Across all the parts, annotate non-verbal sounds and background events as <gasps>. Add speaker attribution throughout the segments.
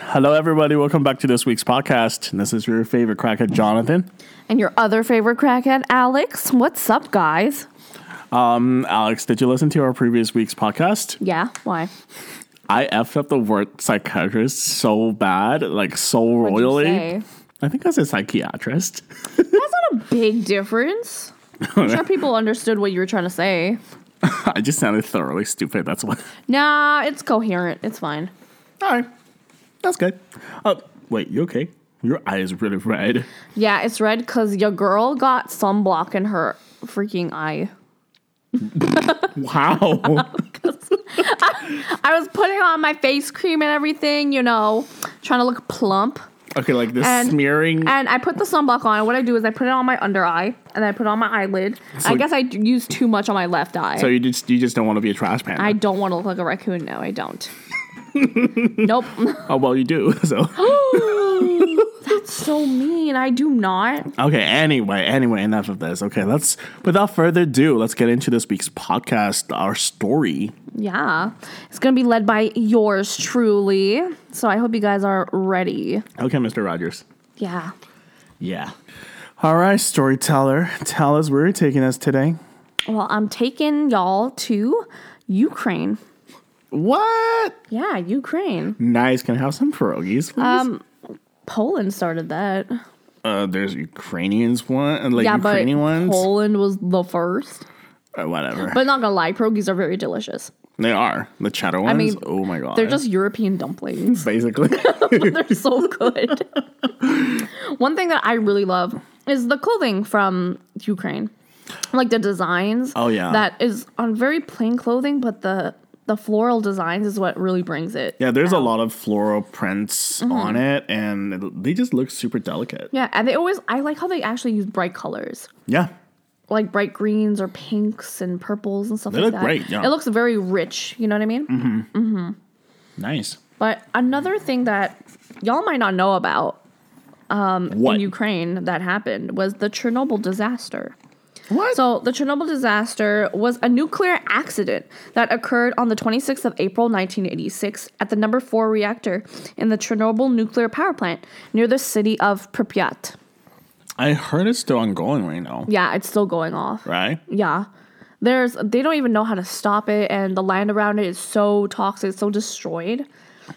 Speaker 1: Hello, everybody. Welcome back to this week's podcast. And this is your favorite crackhead, Jonathan.
Speaker 2: And your other favorite crackhead, Alex. What's up, guys?
Speaker 1: Alex, did you listen to our previous week's podcast?
Speaker 2: Yeah, why?
Speaker 1: I effed up the word psychiatrist so bad, like so
Speaker 2: What'd you
Speaker 1: royally.
Speaker 2: say?
Speaker 1: I think I said psychiatrist. <laughs>
Speaker 2: That's not a big difference. I'm sure people understood what you were trying to say.
Speaker 1: I just sounded thoroughly stupid. That's what.
Speaker 2: Nah, it's coherent. It's fine.
Speaker 1: <laughs> All right. That's good. Oh, wait, you okay? Your eye is really red.
Speaker 2: Yeah, it's red because your girl got sunblock in her freaking eye.
Speaker 1: Wow.
Speaker 2: <laughs> I was putting on my face cream and everything, you know, trying to look plump.
Speaker 1: okay, like this
Speaker 2: And-
Speaker 1: smearing.
Speaker 2: And I put the sunblock on. What I do is I put it on my under eye and then I put it on my eyelid. I
Speaker 1: So-
Speaker 2: guess I d- use too much on my left eye.
Speaker 1: so you just you just don't want to be a trash pan.
Speaker 2: I don't want to look like a raccoon. No, I <laughs> don't. <gasps> nope.
Speaker 1: oh well, you do. <laughs> So
Speaker 2: That's so mean. I do not.
Speaker 1: okay. Anyway, anyway, enough of this. Okay, let's without further ado, let's get into this week's podcast. Our story.
Speaker 2: Yeah. It's going to be led by yours truly. So I hope you guys are ready.
Speaker 1: Okay, Mr. Rogers.
Speaker 2: Yeah.
Speaker 1: Yeah. All right, storyteller, tell us where you're taking us today.
Speaker 2: Well, I'm taking y'all to Ukraine.
Speaker 1: What?
Speaker 2: Yeah, Ukraine.
Speaker 1: Nice. Can I have some pierogies, please?
Speaker 2: Uh, Poland started that.
Speaker 1: uh, there's Ukrainians one, and like
Speaker 2: Yeah,
Speaker 1: Ukrainian
Speaker 2: but
Speaker 1: ones.
Speaker 2: Poland was the first.
Speaker 1: Uh, whatever.
Speaker 2: But not gonna lie, pierogies are very delicious.
Speaker 1: they are the cheddar ones.
Speaker 2: mean,
Speaker 1: oh my god,
Speaker 2: They're just European dumplings.
Speaker 1: basically. <laughs>
Speaker 2: <laughs> They're so good. One thing that I really love is the clothing from Ukraine. Like the designs.
Speaker 1: Oh, yeah.
Speaker 2: That is on very plain clothing, but the the floral designs is what really brings it.
Speaker 1: yeah, there's a lot of floral prints
Speaker 2: Mm-hmm.
Speaker 1: on it, and it- they just look super delicate.
Speaker 2: Yeah, and they always I like how they actually use bright colors.
Speaker 1: Yeah,
Speaker 2: Like bright greens or pinks and purples and stuff
Speaker 1: They
Speaker 2: like
Speaker 1: look
Speaker 2: that.
Speaker 1: great, yeah. Mm-hmm.
Speaker 2: It looks very rich, you know what I mean?
Speaker 1: nice.
Speaker 2: But another thing that y'all might not know about
Speaker 1: What?
Speaker 2: in Ukraine that happened was the Chernobyl disaster.
Speaker 1: what?
Speaker 2: So, the Chernobyl disaster was a nuclear accident that occurred on the 26th of April 1986 at the number 4 reactor in the Chernobyl nuclear power plant near the city of Pripyat.
Speaker 1: I heard it's still ongoing right now.
Speaker 2: Yeah, it's still going off.
Speaker 1: Right?
Speaker 2: Yeah. There's they don't even know how to stop it and the land around it is so toxic, so destroyed.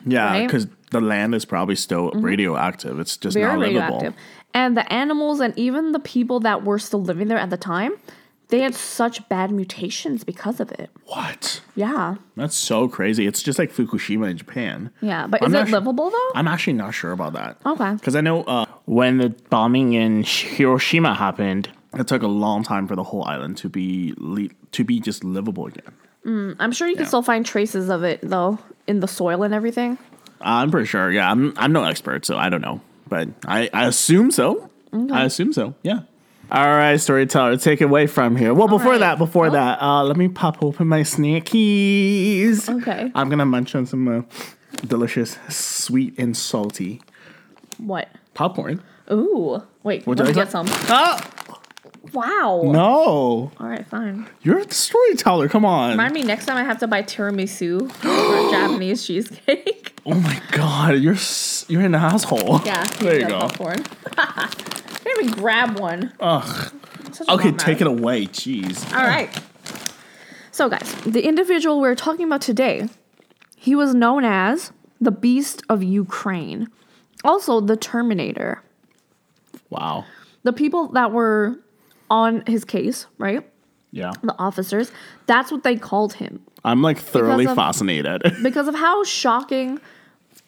Speaker 1: Yeah,
Speaker 2: Right? Mm-hmm.
Speaker 1: because the land is probably still radioactive. It's just
Speaker 2: Very
Speaker 1: not livable.
Speaker 2: radioactive. And the animals and even the people that were still living there at the time, they had such bad mutations because of it.
Speaker 1: What?
Speaker 2: Yeah.
Speaker 1: That's so crazy. It's just like Fukushima in Japan.
Speaker 2: Yeah, but
Speaker 1: I'm
Speaker 2: is
Speaker 1: not
Speaker 2: it
Speaker 1: su-
Speaker 2: livable though?
Speaker 1: I'm actually not sure about that.
Speaker 2: Okay.
Speaker 1: Because I know uh, when the bombing in Hiroshima happened, it took a long time for the whole island to be le- to be just livable again.
Speaker 2: I'm sure you can still find traces of it though in the soil and everything.
Speaker 1: I'm pretty sure. Yeah, I'm I'm no expert, so I don't know, but I, I assume so. I assume so. Yeah. All right, storyteller, take it away from here. Well, before
Speaker 2: right.
Speaker 1: that, before
Speaker 2: Oh.
Speaker 1: that, uh, let me pop open my snackies.
Speaker 2: Okay.
Speaker 1: I'm gonna munch on some uh, delicious, sweet and salty
Speaker 2: What?
Speaker 1: popcorn.
Speaker 2: Ooh. Wait,
Speaker 1: What
Speaker 2: let me
Speaker 1: did I
Speaker 2: get some.
Speaker 1: Ah,
Speaker 2: Wow.
Speaker 1: no,
Speaker 2: All right, fine.
Speaker 1: you're a storyteller. Come on.
Speaker 2: Remind me next time I have to buy
Speaker 1: <gasps>
Speaker 2: tiramisu for Japanese cheesecake. <laughs>
Speaker 1: Oh my god, you're s- you're an asshole. <laughs>
Speaker 2: yeah.
Speaker 1: there you
Speaker 2: got
Speaker 1: go.
Speaker 2: Popcorn. <laughs> I didn't even grab one.
Speaker 1: Ugh.
Speaker 2: Such a
Speaker 1: Okay,
Speaker 2: bummer.
Speaker 1: take it away. Jeez.
Speaker 2: All right. So, guys, the individual we're talking about today, he was known as the Beast of Ukraine, also the Terminator.
Speaker 1: Wow.
Speaker 2: The people that were on his case, right?
Speaker 1: Yeah.
Speaker 2: the officers. That's what they called him
Speaker 1: I'm like thoroughly
Speaker 2: Because of-
Speaker 1: fascinated. <laughs>
Speaker 2: because of how shocking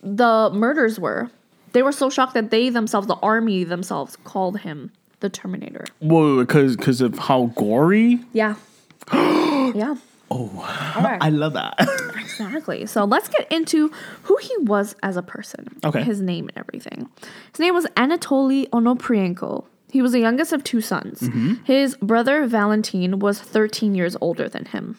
Speaker 2: the murders were. They were so shocked that they themselves, the army themselves, called him the Terminator.
Speaker 1: Whoa, because because of how gory.
Speaker 2: Yeah. <gasps> yeah. Oh. All right.
Speaker 1: I love that. <laughs>
Speaker 2: Exactly. So let's get into who he was as a person.
Speaker 1: Okay.
Speaker 2: His name and everything. His name was Anatoly Onoprienko. He was the youngest of two sons. His brother Valentin was 13 years older than him.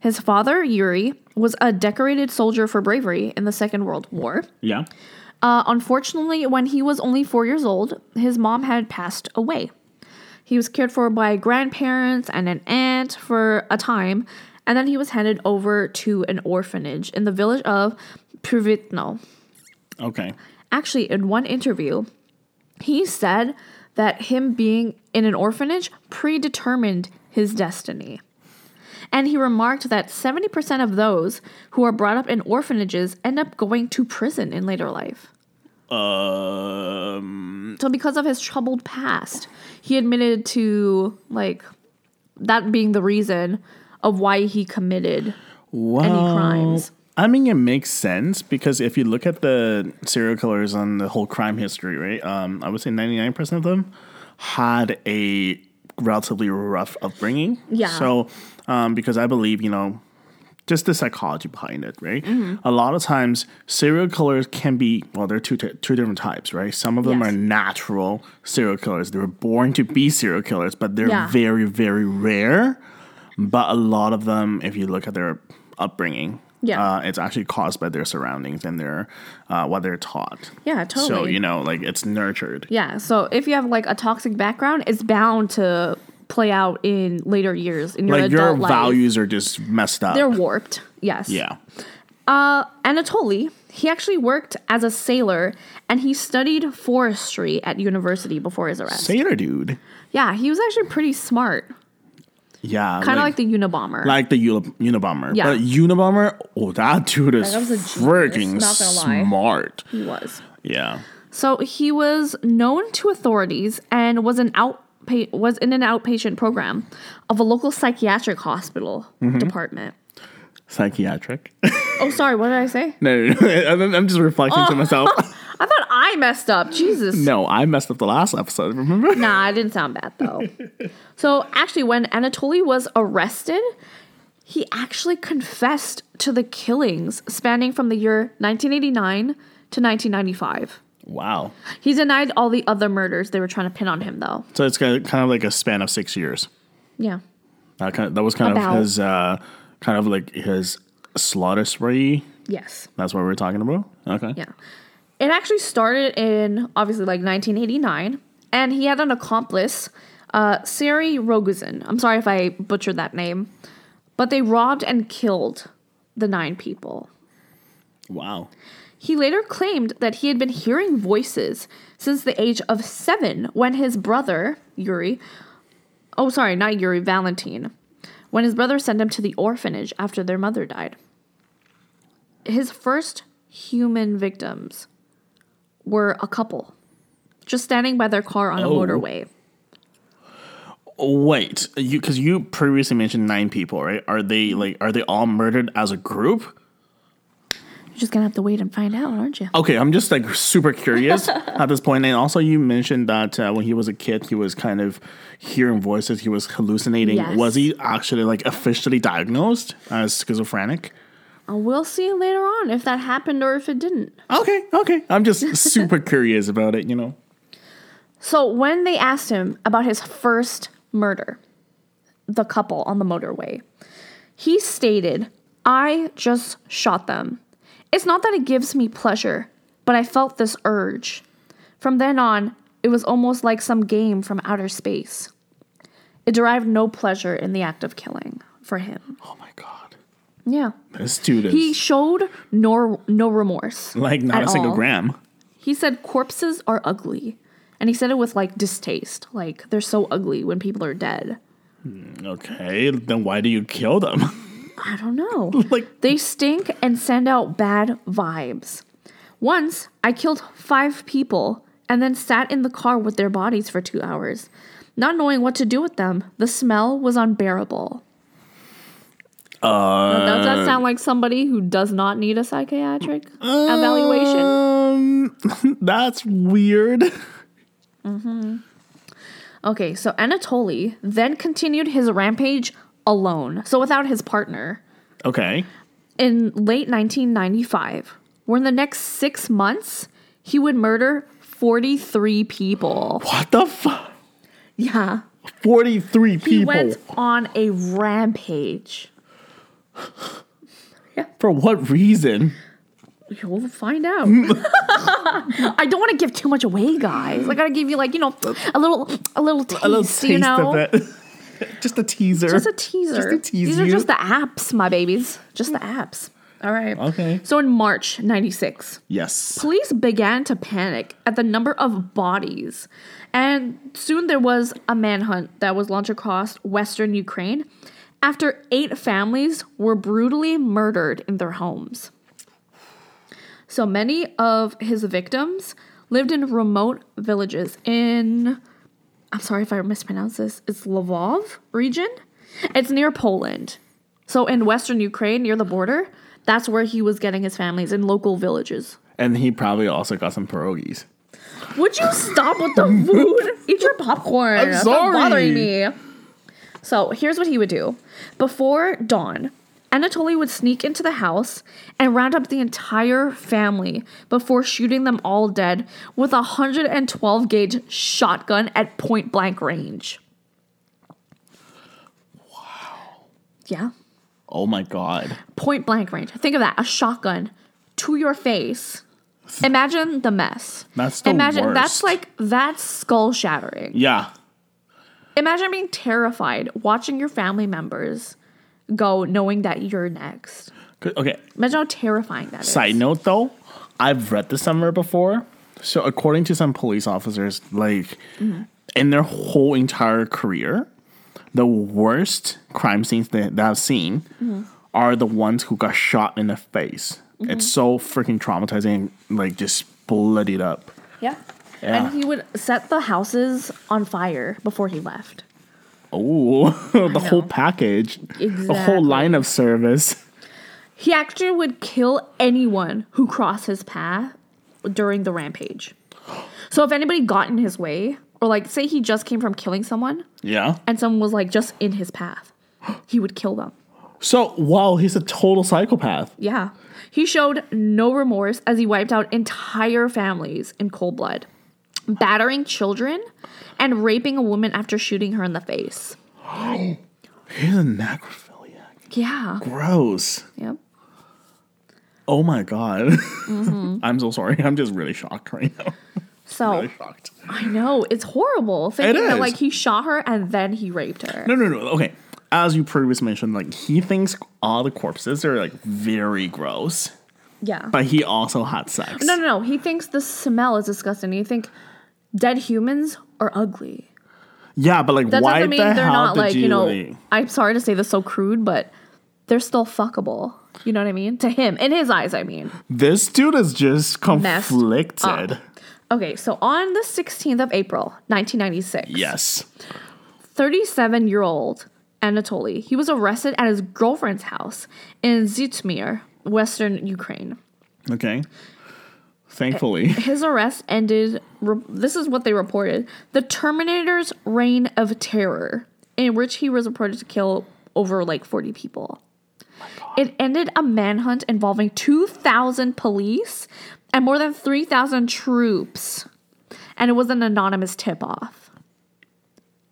Speaker 2: His father, Yuri, was a decorated soldier for bravery in the Second World War.
Speaker 1: yeah.
Speaker 2: Uh, unfortunately, when he was only four years old, his mom had passed away. He was cared for by grandparents and an aunt for a time, and then he was handed over to an orphanage in the village of Privitno.
Speaker 1: Okay.
Speaker 2: Actually, in one interview, he said that him being in an orphanage predetermined his destiny. And he remarked that 70% of those who are brought up in orphanages end up going to prison in later life.
Speaker 1: Um.
Speaker 2: So, because of his troubled past, he admitted to, like, that being the reason of why he committed.
Speaker 1: Well,
Speaker 2: crimes?
Speaker 1: I mean, it makes sense because if you look at the serial killers on the whole crime history, right? Um, I would say ninety nine percent of them had a relatively rough upbringing.
Speaker 2: Yeah.
Speaker 1: So, um, because I believe you know just the psychology behind it, right?
Speaker 2: Mm-hmm.
Speaker 1: A lot of times, serial killers can be well, they're two t- two different types, right? Some of them
Speaker 2: Yes.
Speaker 1: are natural serial killers; they were born to be serial killers, but they're
Speaker 2: Yeah.
Speaker 1: very, very rare. But a lot of them, if you look at their upbringing,
Speaker 2: Yeah.
Speaker 1: uh, it's actually caused by their surroundings and their uh, what they're taught.
Speaker 2: Yeah, totally.
Speaker 1: So you know, like it's nurtured.
Speaker 2: Yeah, so if you have like a toxic background, it's bound to play out in later years in your
Speaker 1: Like your
Speaker 2: adult life.
Speaker 1: values are just messed up.
Speaker 2: They're warped. Yes.
Speaker 1: yeah.
Speaker 2: Uh, Anatoly, he actually worked as a sailor and he studied forestry at university before his arrest.
Speaker 1: Sailor dude.
Speaker 2: yeah, he was actually pretty smart,
Speaker 1: Yeah.
Speaker 2: kind of like, the Unabomber.
Speaker 1: like the Uni- Unabomber.
Speaker 2: Yeah.
Speaker 1: But Unabomber, oh, that dude is
Speaker 2: That was a genius,
Speaker 1: freaking
Speaker 2: not gonna lie.
Speaker 1: smart.
Speaker 2: he was.
Speaker 1: Yeah.
Speaker 2: So he was known to authorities and was an outpa- was in an outpatient program of a local psychiatric hospital department.
Speaker 1: Psychiatric. <laughs>
Speaker 2: Oh, sorry, what did I say?
Speaker 1: no, no, no. <laughs> I'm- I'm just reflecting
Speaker 2: Oh.
Speaker 1: to myself.
Speaker 2: <laughs> I thought I messed up.
Speaker 1: <laughs>
Speaker 2: Jesus.
Speaker 1: no, I messed up the last episode, remember?
Speaker 2: Nah, it didn't sound bad though. so actually, when Anatoly was arrested, he actually confessed to the killings spanning from the year 1989 to 1995.
Speaker 1: Wow.
Speaker 2: He denied all the other murders they were trying to pin on him, though.
Speaker 1: So it's kind of kind of like a span of six years.
Speaker 2: Yeah.
Speaker 1: That, kind that was kind
Speaker 2: About.
Speaker 1: of his, uh, kind of like his slaughter spree.
Speaker 2: Yes.
Speaker 1: That's what we were talking about. Okay.
Speaker 2: Yeah. It actually started in obviously like 1989, and he had an accomplice, uh, Sari Rogozin. I'm sorry if I butchered that name, but they robbed and killed the nine people.
Speaker 1: Wow.
Speaker 2: He later claimed that he had been hearing voices since the age of seven when his brother, Yuri, oh, sorry, not Yuri, Valentine, when his brother sent him to the orphanage after their mother died. His first human victims were a couple just standing by their car on a
Speaker 1: Oh.
Speaker 2: motorway.
Speaker 1: Wait, you because you previously mentioned nine people, right? Are they like are they all murdered as a group?
Speaker 2: You're just gonna have to wait and find out, aren't you?
Speaker 1: Okay, I'm just like super
Speaker 2: <laughs>
Speaker 1: curious at this point. And also, you mentioned that uh, when he was a kid, he was kind of hearing voices. He was hallucinating.
Speaker 2: Yes.
Speaker 1: Was he actually like officially diagnosed as schizophrenic?
Speaker 2: Uh, We'll see later on if that happened or if it didn't.
Speaker 1: Okay, okay. I'm just super <laughs> curious about it. You know.
Speaker 2: So when they asked him about his first murder, the couple on the motorway, he stated, I just shot them. It's not that it gives me pleasure, but I felt this urge. From then on, it was almost like some game from outer space. It derived no pleasure in the act of killing for him.
Speaker 1: Oh my god,
Speaker 2: Yeah.
Speaker 1: this dude is
Speaker 2: He showed no, no remorse.
Speaker 1: like not
Speaker 2: at
Speaker 1: a single
Speaker 2: all.
Speaker 1: gram.
Speaker 2: He said corpses are ugly. And he said it with like distaste. Like they're so ugly when people are dead.
Speaker 1: Okay, then why do you kill them? <laughs>
Speaker 2: I don't know.
Speaker 1: like
Speaker 2: they stink and send out bad vibes. Once I killed five people and then sat in the car with their bodies for two hours, not knowing what to do with them. The smell was unbearable.
Speaker 1: uh,
Speaker 2: Does that sound like somebody who does not need a psychiatric evaluation?
Speaker 1: uh, Um, <laughs> that's weird.
Speaker 2: Okay, so Anatoly then continued his rampage alone, so without his partner,
Speaker 1: Okay.
Speaker 2: in late 1995. Where in the next six months, he would murder 43 people.
Speaker 1: What the fuck?
Speaker 2: Yeah.
Speaker 1: 43
Speaker 2: He
Speaker 1: people.
Speaker 2: went on a rampage.
Speaker 1: For what reason?
Speaker 2: You'll
Speaker 1: <laughs>
Speaker 2: find out. I don't want to give too much away, guys. I gotta give you like you know a little a little taste,
Speaker 1: A little
Speaker 2: you
Speaker 1: taste
Speaker 2: know.
Speaker 1: of it. <laughs> just a teaser.
Speaker 2: Just a teaser.
Speaker 1: Just to tease
Speaker 2: These are
Speaker 1: you.
Speaker 2: just the apps, my babies. Just the apps. All right.
Speaker 1: Okay.
Speaker 2: So in March 96,
Speaker 1: Yes.
Speaker 2: police began to panic at the number of bodies. And soon there was a manhunt that was launched across western Ukraine after eight families were brutally murdered in their homes. So many of his victims lived in remote villages in, I'm sorry if I mispronounce this, it's Lvov region. It's near Poland. So in western Ukraine, near the border, that's where he was getting his families in local villages.
Speaker 1: And he probably also got some pierogies.
Speaker 2: Would you stop with the food? <laughs> Eat your popcorn.
Speaker 1: I'm
Speaker 2: Stop
Speaker 1: sorry.
Speaker 2: bothering me. So here's what he would do. Before dawn, Anatoly would sneak into the house and round up the entire family before shooting them all dead with a 112 gauge shotgun at point blank range. Wow. Yeah.
Speaker 1: Oh my god.
Speaker 2: Point blank range. Think of that. A shotgun to your face. Imagine the mess.
Speaker 1: That's the
Speaker 2: Imagine that's
Speaker 1: worst.
Speaker 2: like that's skull shattering.
Speaker 1: Yeah.
Speaker 2: Imagine being terrified watching your family members go knowing that you're next.
Speaker 1: Good- Okay.
Speaker 2: Imagine how terrifying that is.
Speaker 1: Side note though, I've read this somewhere before. So according to some police officers, like in their whole entire career, the worst crime scenes that, that I've seen are the ones who got shot in the face. It's so freaking traumatizing, like just bloodied up.
Speaker 2: Yeah.
Speaker 1: Yeah.
Speaker 2: And he would set the houses on fire before he left.
Speaker 1: Oh, <laughs> the whole
Speaker 2: know.
Speaker 1: package, the
Speaker 2: Exactly.
Speaker 1: whole line of service.
Speaker 2: He actually would kill anyone who crossed his path during the rampage. So if anybody got in his way, or like say he just came from killing someone
Speaker 1: Yeah.
Speaker 2: and someone was like just in his path, <gasps> he would kill them.
Speaker 1: So wow, he's a total psychopath.
Speaker 2: Yeah. He showed no remorse as he wiped out entire families in cold blood, battering children and raping a woman after shooting her in the face.
Speaker 1: He's a necrophiliac.
Speaker 2: Yeah.
Speaker 1: Gross.
Speaker 2: Yep.
Speaker 1: Oh my god.
Speaker 2: Mm-hmm.
Speaker 1: <laughs> I'm so sorry. I'm just really shocked right now. <laughs>
Speaker 2: So
Speaker 1: Really shocked.
Speaker 2: I know it's horrible thinking that
Speaker 1: is.
Speaker 2: like he shot her and then he raped her.
Speaker 1: No, no, no. Okay. As you previously mentioned, like he thinks all the corpses are like very gross,
Speaker 2: Yeah.
Speaker 1: but he also had sex.
Speaker 2: No, no, no. He thinks the smell is disgusting. You think dead humans are ugly.
Speaker 1: Yeah, but like
Speaker 2: That
Speaker 1: why
Speaker 2: doesn't mean
Speaker 1: the
Speaker 2: they're
Speaker 1: hell
Speaker 2: not
Speaker 1: did
Speaker 2: like,
Speaker 1: you,
Speaker 2: you, know,
Speaker 1: like-
Speaker 2: I'm sorry to say this so crude, but they're still fuckable. You know what I mean? To him, in his eyes, I mean.
Speaker 1: This dude is just
Speaker 2: Messed up.
Speaker 1: conflicted.
Speaker 2: Okay, so on the 16th of April, 1996,
Speaker 1: Yes.
Speaker 2: 37 year old Anatoly, he was arrested at his girlfriend's house in Zytmir, western Ukraine.
Speaker 1: Okay. Thankfully.
Speaker 2: <laughs> His arrest ended, re- this is what they reported the Terminator's reign of terror, in which he was reported to kill over like 40 people. It ended a manhunt involving 2,000 police and more than 3,000 troops. And it was an anonymous tip off.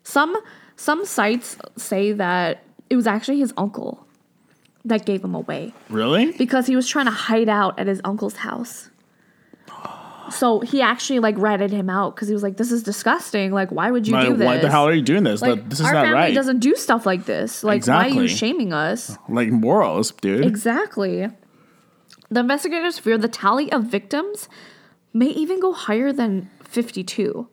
Speaker 2: Some some sites say that it was actually his uncle that gave him away
Speaker 1: really?
Speaker 2: because he was trying to hide out at his uncle's house. So he actually like ratted him out because he was like, "This is disgusting. Like, why would you
Speaker 1: Like,
Speaker 2: do this?
Speaker 1: why the hell are you doing this?
Speaker 2: like,
Speaker 1: Like, this is
Speaker 2: our
Speaker 1: not
Speaker 2: family
Speaker 1: right.
Speaker 2: doesn't do stuff like this. Like, why are you
Speaker 1: Exactly.
Speaker 2: shaming us?"
Speaker 1: Like morals, dude.
Speaker 2: Exactly. The investigators fear the tally of victims may even go higher than 52,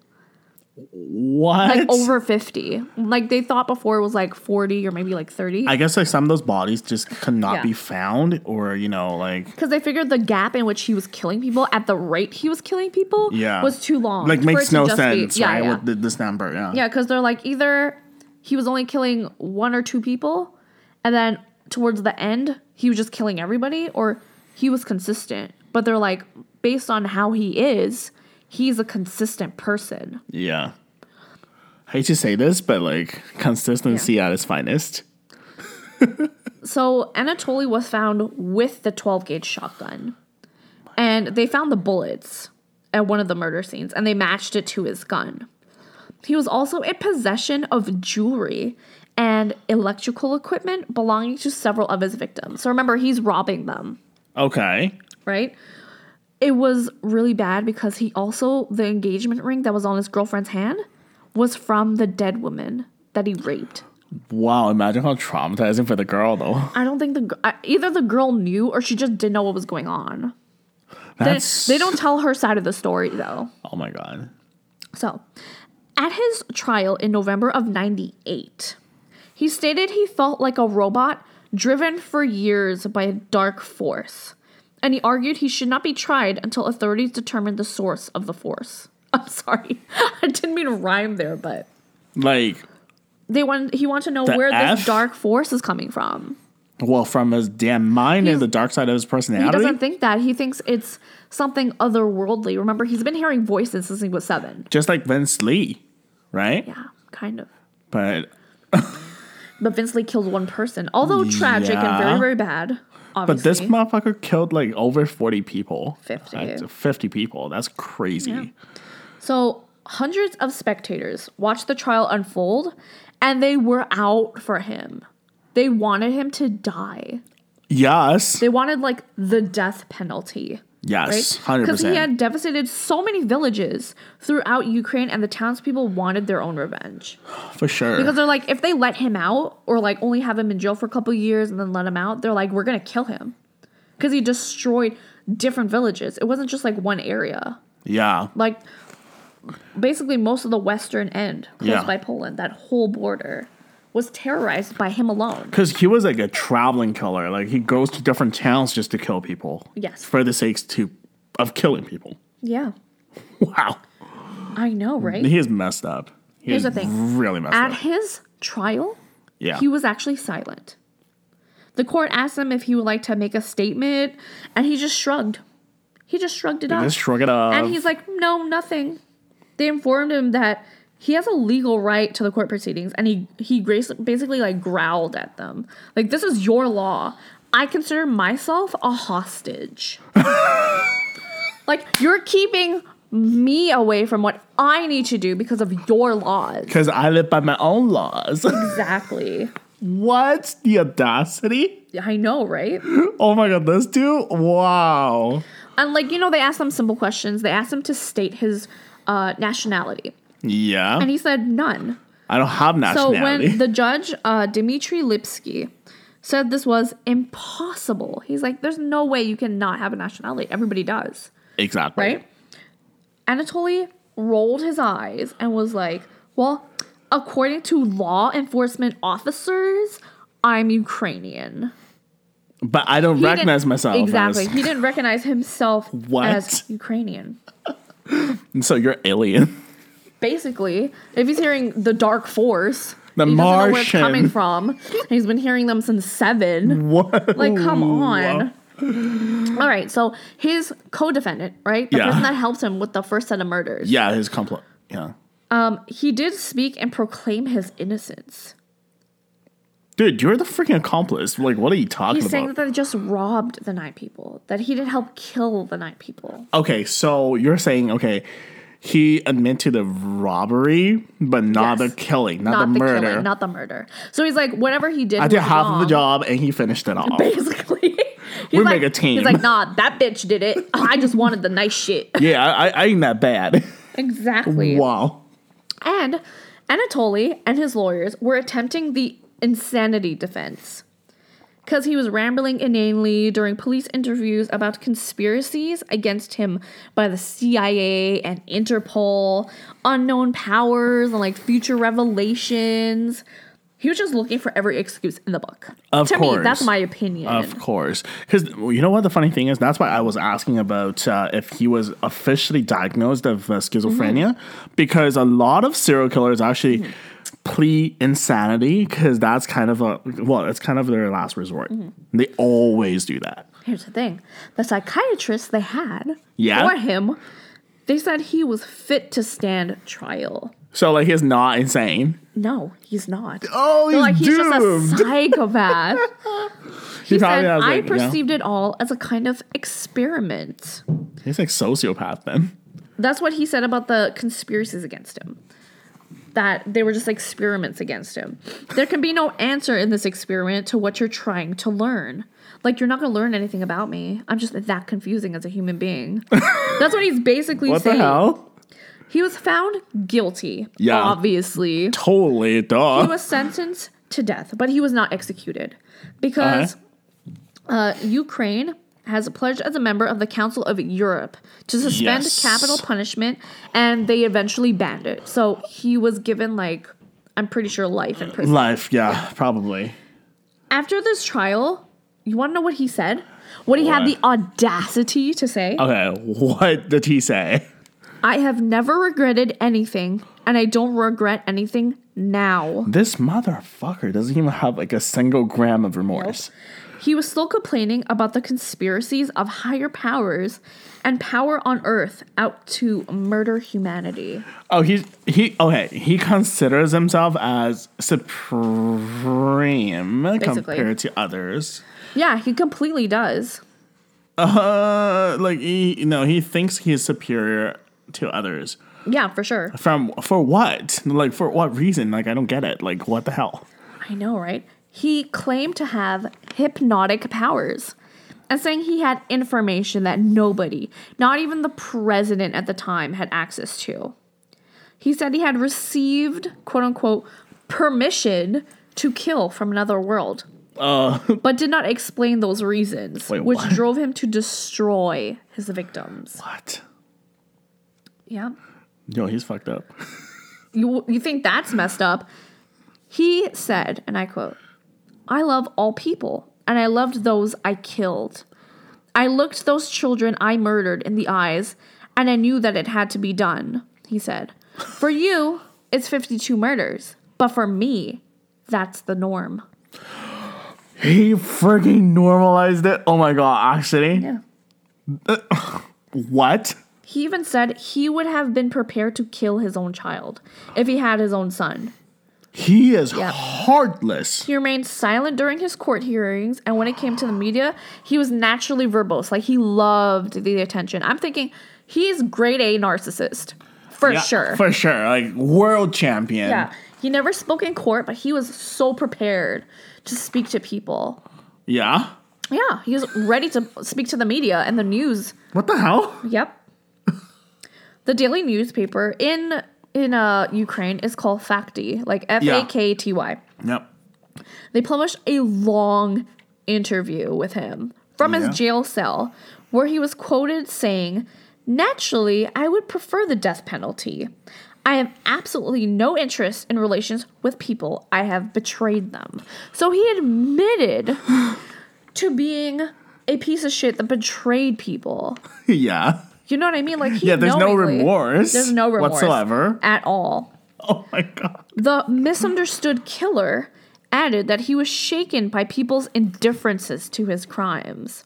Speaker 1: what?
Speaker 2: like over 50. Like they thought before it was like 40 or maybe like 30.
Speaker 1: I guess like some of those bodies just could not
Speaker 2: Yeah.
Speaker 1: be found, or you know, like
Speaker 2: because they figured the gap in which he was killing people at the rate he was killing people
Speaker 1: Yeah.
Speaker 2: was too long.
Speaker 1: like
Speaker 2: for it
Speaker 1: makes
Speaker 2: to
Speaker 1: no
Speaker 2: just be-
Speaker 1: sense, right? With th- this number, yeah.
Speaker 2: Yeah, because they're like either he was only killing one or two people, and then towards the end he was just killing everybody, or he was consistent. But they're like, based on how he is, he's a consistent person.
Speaker 1: Yeah. I hate to say this, but like consistency at its finest.
Speaker 2: So Anatoly was found with the 12 gauge shotgun, and they found the bullets at one of the murder scenes, and they matched it to his gun. He was also in possession of jewelry and electrical equipment belonging to several of his victims. So remember, he's robbing them,
Speaker 1: Okay.
Speaker 2: right? It was really bad because he also, the engagement ring that was on his girlfriend's hand was from the dead woman that he raped.
Speaker 1: Wow, imagine how traumatizing for the girl though.
Speaker 2: I don't think the gr- I- either the girl knew or she just didn't know what was going on. They,
Speaker 1: That's
Speaker 2: they don't tell her side of the story though.
Speaker 1: Oh my god.
Speaker 2: So, at his trial in November of 98, he stated he felt like a robot driven for years by a dark force, and he argued he should not be tried until authorities determined the source of the force. <laughs> I'm sorry. I didn't mean to rhyme there, but
Speaker 1: Like,
Speaker 2: they want he wanted to know
Speaker 1: The
Speaker 2: where this
Speaker 1: F?
Speaker 2: dark force is coming from.
Speaker 1: well, from his damn mind and the dark side of his
Speaker 2: He
Speaker 1: personality.
Speaker 2: doesn't think that. He thinks it's something otherworldly. Remember, he's been hearing voices since he was 7.
Speaker 1: just like Vince Lee, right?
Speaker 2: Yeah, kind of.
Speaker 1: But
Speaker 2: But Vince Lee killed one person, although tragic and very,
Speaker 1: Yeah.
Speaker 2: very bad.
Speaker 1: but this
Speaker 2: Obviously.
Speaker 1: motherfucker killed like over forty people.
Speaker 2: 50.
Speaker 1: That's- Fifty people. That's crazy.
Speaker 2: so hundreds of spectators watched the trial unfold, and they were out for him. They wanted him to die.
Speaker 1: Yes.
Speaker 2: They wanted like the death penalty.
Speaker 1: Yes.
Speaker 2: Right?
Speaker 1: Hundred
Speaker 2: Because he
Speaker 1: percent.
Speaker 2: had devastated so many villages throughout Ukraine, and the townspeople wanted their own revenge.
Speaker 1: For sure.
Speaker 2: Because they're like, if they let him out or like only have him in jail for a couple years and then let him out, they're like, we're gonna kill him. Because he destroyed different villages. It wasn't just like one area.
Speaker 1: yeah.
Speaker 2: Like basically most of the western end, close
Speaker 1: Yeah.
Speaker 2: by Poland, that whole border was terrorized by him alone.
Speaker 1: Because he was like a traveling killer. Like he goes to different towns just to kill people.
Speaker 2: Yes.
Speaker 1: For the sakes to of killing people. <laughs>
Speaker 2: Yeah.
Speaker 1: Wow.
Speaker 2: I know, right?
Speaker 1: He is messed up. He
Speaker 2: Here's
Speaker 1: is
Speaker 2: the thing.
Speaker 1: Really messed
Speaker 2: At
Speaker 1: up.
Speaker 2: his trial,
Speaker 1: Yeah.
Speaker 2: he was actually silent. The court asked him if he would like to make a statement, and he just shrugged. He just shrugged it off.
Speaker 1: Just shrug it off.
Speaker 2: And he's like, no, nothing. They informed him that he has a legal right to the court proceedings, and he he grace- basically like growled at them, like, "This is your law. I consider myself a hostage. <laughs> like, you're keeping me away from what I need to do because of your laws."
Speaker 1: Because I live by my own laws. <laughs>
Speaker 2: Exactly.
Speaker 1: what? The audacity?
Speaker 2: I know, right?
Speaker 1: Oh my god, this dude? Wow.
Speaker 2: And like, you know, they asked him simple questions. They asked him to state his uh, nationality,
Speaker 1: Yeah.
Speaker 2: and he said none.
Speaker 1: I don't have
Speaker 2: So
Speaker 1: nationality.
Speaker 2: when the judge, uh, Dmitry Lipsky, said this was impossible, he's like, "There's no way you can not have a nationality. Everybody does,
Speaker 1: <laughs> exactly.
Speaker 2: right?" Anatoly rolled his eyes and was like, "Well, according to law enforcement officers, I'm Ukrainian."
Speaker 1: But I don't
Speaker 2: He didn't-
Speaker 1: recognize myself.
Speaker 2: Exactly.
Speaker 1: Exactly.
Speaker 2: He didn't recognize himself
Speaker 1: What?
Speaker 2: as Ukrainian.
Speaker 1: <laughs> so you're alien. <laughs>
Speaker 2: basically, if he's hearing the dark force,
Speaker 1: The
Speaker 2: he doesn't know where it's
Speaker 1: Martian. Mm-hmm.
Speaker 2: coming from. and he's been hearing them since seven.
Speaker 1: What?
Speaker 2: Like, come on. All right, so his co-defendant, right, the
Speaker 1: Yeah.
Speaker 2: person that helped him with the first set of murders,
Speaker 1: Yeah, his compliment. Yeah.
Speaker 2: um, he did speak and proclaim his innocence.
Speaker 1: Dude, you're the freaking accomplice. Like, what are you talking
Speaker 2: He's saying
Speaker 1: about?
Speaker 2: that they just robbed the nine people, that he didn't help kill the nine people.
Speaker 1: okay, so you're saying, okay, he admitted to the robbery, but not
Speaker 2: Yes.
Speaker 1: the killing, not,
Speaker 2: Not
Speaker 1: the,
Speaker 2: the,
Speaker 1: murder.
Speaker 2: killing, not the murder. So he's like, whatever he did,
Speaker 1: I did
Speaker 2: was
Speaker 1: half
Speaker 2: wrong.
Speaker 1: of the job and he finished it off.
Speaker 2: <laughs> basically. He's
Speaker 1: We
Speaker 2: like,
Speaker 1: make a team.
Speaker 2: He's like, nah, that bitch did it. I just wanted the nice shit.
Speaker 1: yeah, I, I, I ain't that bad.
Speaker 2: Exactly.
Speaker 1: <laughs> wow.
Speaker 2: And Anatoly and his lawyers were attempting the insanity defense because he was rambling inanely during police interviews about conspiracies against him by the CIA and Interpol, unknown powers, and like future revelations. He was just looking for every excuse in the book.
Speaker 1: Of
Speaker 2: to me, that's
Speaker 1: course.
Speaker 2: my opinion.
Speaker 1: Of course. Because you know what the funny thing is? That's why I was asking about uh, if he was officially diagnosed of uh, schizophrenia,
Speaker 2: Mm-hmm.
Speaker 1: because a lot of serial killers actually plea insanity because that's kind of a, well, it's kind of their last resort.
Speaker 2: Mm-hmm.
Speaker 1: They always do that.
Speaker 2: Here's the thing the psychiatrist they had
Speaker 1: Yeah?
Speaker 2: for him, they said he was fit to stand trial.
Speaker 1: So, like, he's not insane.
Speaker 2: No, he's not.
Speaker 1: Oh,
Speaker 2: They're
Speaker 1: he's
Speaker 2: like, he's
Speaker 1: doomed. <laughs>
Speaker 2: just a psychopath.
Speaker 1: He, probably
Speaker 2: and
Speaker 1: has,
Speaker 2: I
Speaker 1: like, you know,
Speaker 2: perceived it all as a kind of experiment.
Speaker 1: he's like sociopath then.
Speaker 2: That's what he said about the conspiracies against him. That they were just experiments against him. There can be no answer in this experiment to what you're trying to learn. Like, you're not going to learn anything about me. I'm just that confusing as a
Speaker 1: <laughs>
Speaker 2: human being. That's what he's basically
Speaker 1: What
Speaker 2: saying.
Speaker 1: the hell?
Speaker 2: He was found guilty.
Speaker 1: Yeah.
Speaker 2: Obviously.
Speaker 1: Totally,
Speaker 2: He
Speaker 1: dog.
Speaker 2: was sentenced to death, but he was not executed because uh, Ukraine has pledged as a member of the Council of Europe to suspend
Speaker 1: Yes.
Speaker 2: capital punishment, and they eventually banned it. So he was given like I'm pretty sure life in prison.
Speaker 1: Life, yeah, probably.
Speaker 2: After this trial, you want to know what he said? What he
Speaker 1: What?
Speaker 2: had
Speaker 1: Uh,
Speaker 2: the audacity to say?
Speaker 1: Okay, what did he say?
Speaker 2: I have never regretted anything, and I don't regret anything now.
Speaker 1: This motherfucker doesn't even have like a single gram of remorse.
Speaker 2: He was still complaining about the conspiracies of higher powers and power on earth out to murder humanity.
Speaker 1: Oh, he's he. Okay, he considers himself as supreme
Speaker 2: Basically.
Speaker 1: compared to others.
Speaker 2: Yeah, he completely does.
Speaker 1: Uh, like he no, he thinks he's superior to others.
Speaker 2: Yeah, for sure.
Speaker 1: From for what? Like for what reason? Like I don't get it. Like what the hell?
Speaker 2: I know, right? He claimed to have hypnotic powers and saying he had information that nobody, not even the president at the time, had access to. He said he had received, quote unquote, permission to kill from another world.
Speaker 1: <laughs>
Speaker 2: but did not explain those reasons,
Speaker 1: Uh, Wait,
Speaker 2: which
Speaker 1: what?
Speaker 2: drove him to destroy his victims.
Speaker 1: What?
Speaker 2: Yeah.
Speaker 1: Yo, he's fucked up.
Speaker 2: you you think that's messed up he said and i quote i love all people and i loved those i killed i looked those children i murdered in the eyes and i knew that it had to be done he said for you it's 52 murders but for me that's the norm
Speaker 1: He freaking normalized it. Oh my god, actually. Uh,
Speaker 2: Yeah.
Speaker 1: <laughs> What?
Speaker 2: he even said he would have been prepared to kill his own child if he had his own son
Speaker 1: He is
Speaker 2: Yep.
Speaker 1: heartless.
Speaker 2: He remained silent during his court hearings, and when it came to the media, he was naturally verbose. Like he loved the attention. I'm thinking he's grade A narcissist for
Speaker 1: Yeah,
Speaker 2: sure.
Speaker 1: For sure. Like world champion.
Speaker 2: yeah, he never spoke in court, but he was so prepared to speak to people.
Speaker 1: Yeah?
Speaker 2: Yeah, he was ready to speak to the media and the news.
Speaker 1: What the hell?
Speaker 2: Yep. <laughs> the daily newspaper in in uh Ukraine is called Fakty, like F A K T Y.
Speaker 1: Yep. <laughs>
Speaker 2: They published a long interview with him from
Speaker 1: Yeah.
Speaker 2: his jail cell where he was quoted saying, Naturally, I would prefer the death penalty. I have absolutely no interest in relations with people I have betrayed them. So he
Speaker 1: <sighs>
Speaker 2: admitted to being a piece of shit that betrayed people.
Speaker 1: yeah.
Speaker 2: You know what I mean? Like he
Speaker 1: Yeah, there's no
Speaker 2: knowingly-
Speaker 1: remorse.
Speaker 2: There's no remorse
Speaker 1: whatsoever.
Speaker 2: at all.
Speaker 1: Oh my god.
Speaker 2: The misunderstood killer added that he was shaken by people's indifferences to his crimes.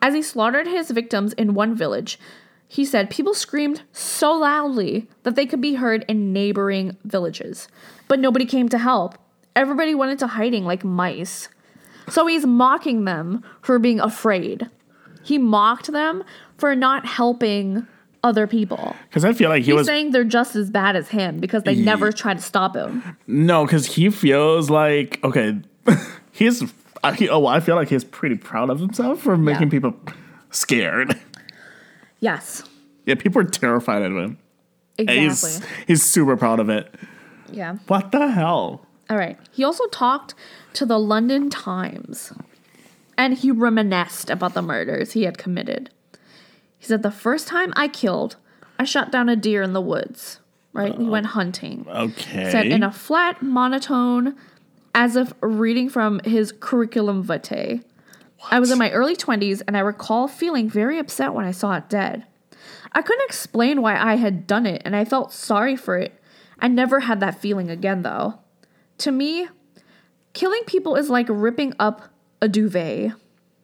Speaker 2: As he slaughtered his victims in one village, he said people screamed so loudly that they could be heard in neighboring villages, but nobody came to help. Everybody went into hiding like mice. So he's mocking them for being afraid. He mocked them for not helping other people.
Speaker 1: Because I feel like he
Speaker 2: He's
Speaker 1: was
Speaker 2: saying they're just as bad as him because they
Speaker 1: Ye-
Speaker 2: never try to stop him.
Speaker 1: no, because he feels like okay, <laughs> he's I, he, oh I feel like he's pretty proud of himself for making people scared. <laughs>
Speaker 2: Yes.
Speaker 1: yeah, people are terrified of him. And
Speaker 2: Exactly.
Speaker 1: He's he's super proud of it.
Speaker 2: yeah.
Speaker 1: What the hell?
Speaker 2: All right. He also talked to the London Times and he reminisced about the murders he had committed. He said, The first time I killed, I shot down a deer in the woods, right? He went hunting.
Speaker 1: Okay.
Speaker 2: Said in a flat monotone, as if reading from his curriculum vitae. I was in my early 20s and I recall feeling very upset when I saw it dead. I couldn't explain why I had done it and I felt sorry for it. I never had that feeling again though. To me, killing people is like ripping up a duvet,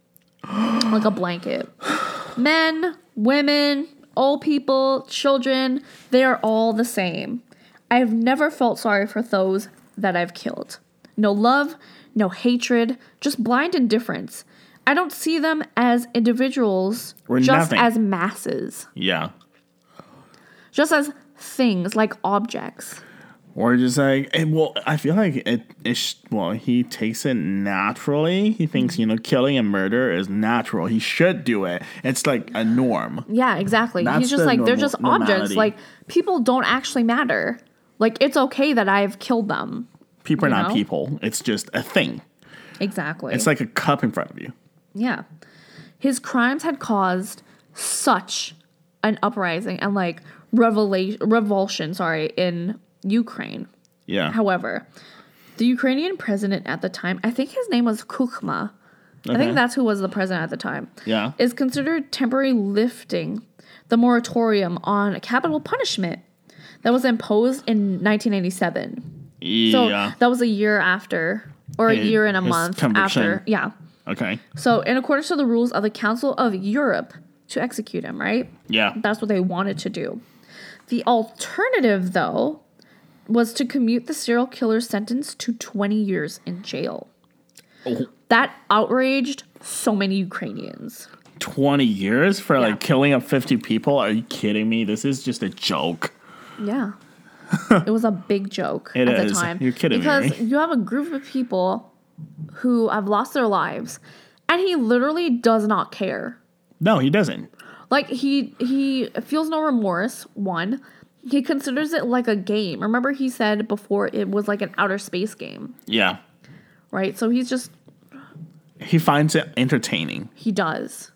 Speaker 2: <gasps> like a blanket. Men, women, old people, children, they are all the same. I have never felt sorry for those that I've killed. No love, no hatred, just blind indifference. I don't see them as individuals,
Speaker 1: We're
Speaker 2: just
Speaker 1: nothing.
Speaker 2: as masses,
Speaker 1: yeah.
Speaker 2: just as things like objects.
Speaker 1: Or just like, eh, well, I feel like it. it sh- well, he takes it naturally. He
Speaker 2: Mm-hmm.
Speaker 1: thinks you know, killing and murder is natural. He should do it. It's like a norm.
Speaker 2: Yeah, exactly.
Speaker 1: That's
Speaker 2: He's just
Speaker 1: the
Speaker 2: like they're
Speaker 1: normal-
Speaker 2: just
Speaker 1: normality.
Speaker 2: objects. Like people don't actually matter. Like it's okay that I've killed them.
Speaker 1: People are
Speaker 2: You
Speaker 1: not
Speaker 2: know?
Speaker 1: people. It's just a thing.
Speaker 2: Exactly.
Speaker 1: It's like a cup in front of you.
Speaker 2: Yeah. His crimes had caused such an uprising and like revelation revulsion, sorry, in Ukraine.
Speaker 1: Yeah.
Speaker 2: However, the Ukrainian president at the time, I think his name was Kukma. I
Speaker 1: Okay.
Speaker 2: think that's who was the president at the time.
Speaker 1: Yeah.
Speaker 2: Is considered temporary lifting the moratorium on capital punishment that was imposed in 1987. So
Speaker 1: yeah.
Speaker 2: that was a year after or a
Speaker 1: Hey,
Speaker 2: year and a
Speaker 1: his
Speaker 2: month
Speaker 1: conviction.
Speaker 2: after. Yeah.
Speaker 1: Okay.
Speaker 2: So, in accordance to the rules of the Council of Europe, to execute him, right?
Speaker 1: Yeah.
Speaker 2: That's what they wanted to do. The alternative, though, was to commute the serial killer's sentence to 20 years in jail.
Speaker 1: Oh,
Speaker 2: That outraged so many Ukrainians.
Speaker 1: 20 years for like killing up 50 people? Are you kidding me? This is just a joke. <laughs>
Speaker 2: Yeah. it was a big joke
Speaker 1: It
Speaker 2: at
Speaker 1: is.
Speaker 2: the time.
Speaker 1: You're kidding me,
Speaker 2: because
Speaker 1: right?
Speaker 2: you have a group of people who have lost their lives, and he literally does not care.
Speaker 1: No, he doesn't.
Speaker 2: Like he he feels no remorse. One, he considers it like a game. Remember, he said before it was like an outer space game,
Speaker 1: Yeah.
Speaker 2: right? So he's just
Speaker 1: He finds it entertaining. <laughs>
Speaker 2: he does.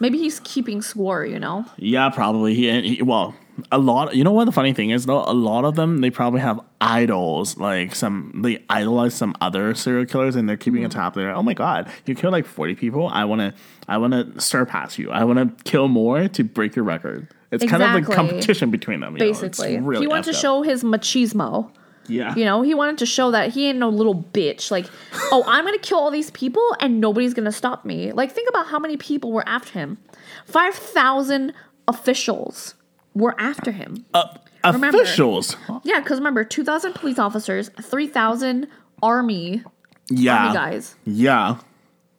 Speaker 2: Maybe he's keeping score, you know.
Speaker 1: Yeah, probably. He, he well, a lot. You know what the funny thing is though? A lot of them they probably have idols. Like some they idolize some other serial killers, and they're keeping
Speaker 2: Mm-hmm.
Speaker 1: it top. They're like, oh my god, you killed like forty people. I wanna, I wanna surpass you. I wanna kill more to break your record. It's kind of like
Speaker 2: Exactly.
Speaker 1: competition between them. you know? It's
Speaker 2: Basically,
Speaker 1: really
Speaker 2: he wanted to
Speaker 1: effed up.
Speaker 2: show his machismo.
Speaker 1: Yeah.
Speaker 2: You know, he wanted to show that he ain't no little bitch. Like, oh, I'm gonna kill all these people and nobody's gonna stop me. Like, think about how many people were after him. Five thousand officials were after him.
Speaker 1: Uh,
Speaker 2: remember-
Speaker 1: officials.
Speaker 2: Yeah, because remember, 2,000 police officers, 3,000 army,
Speaker 1: Yeah.
Speaker 2: army guys.
Speaker 1: Yeah.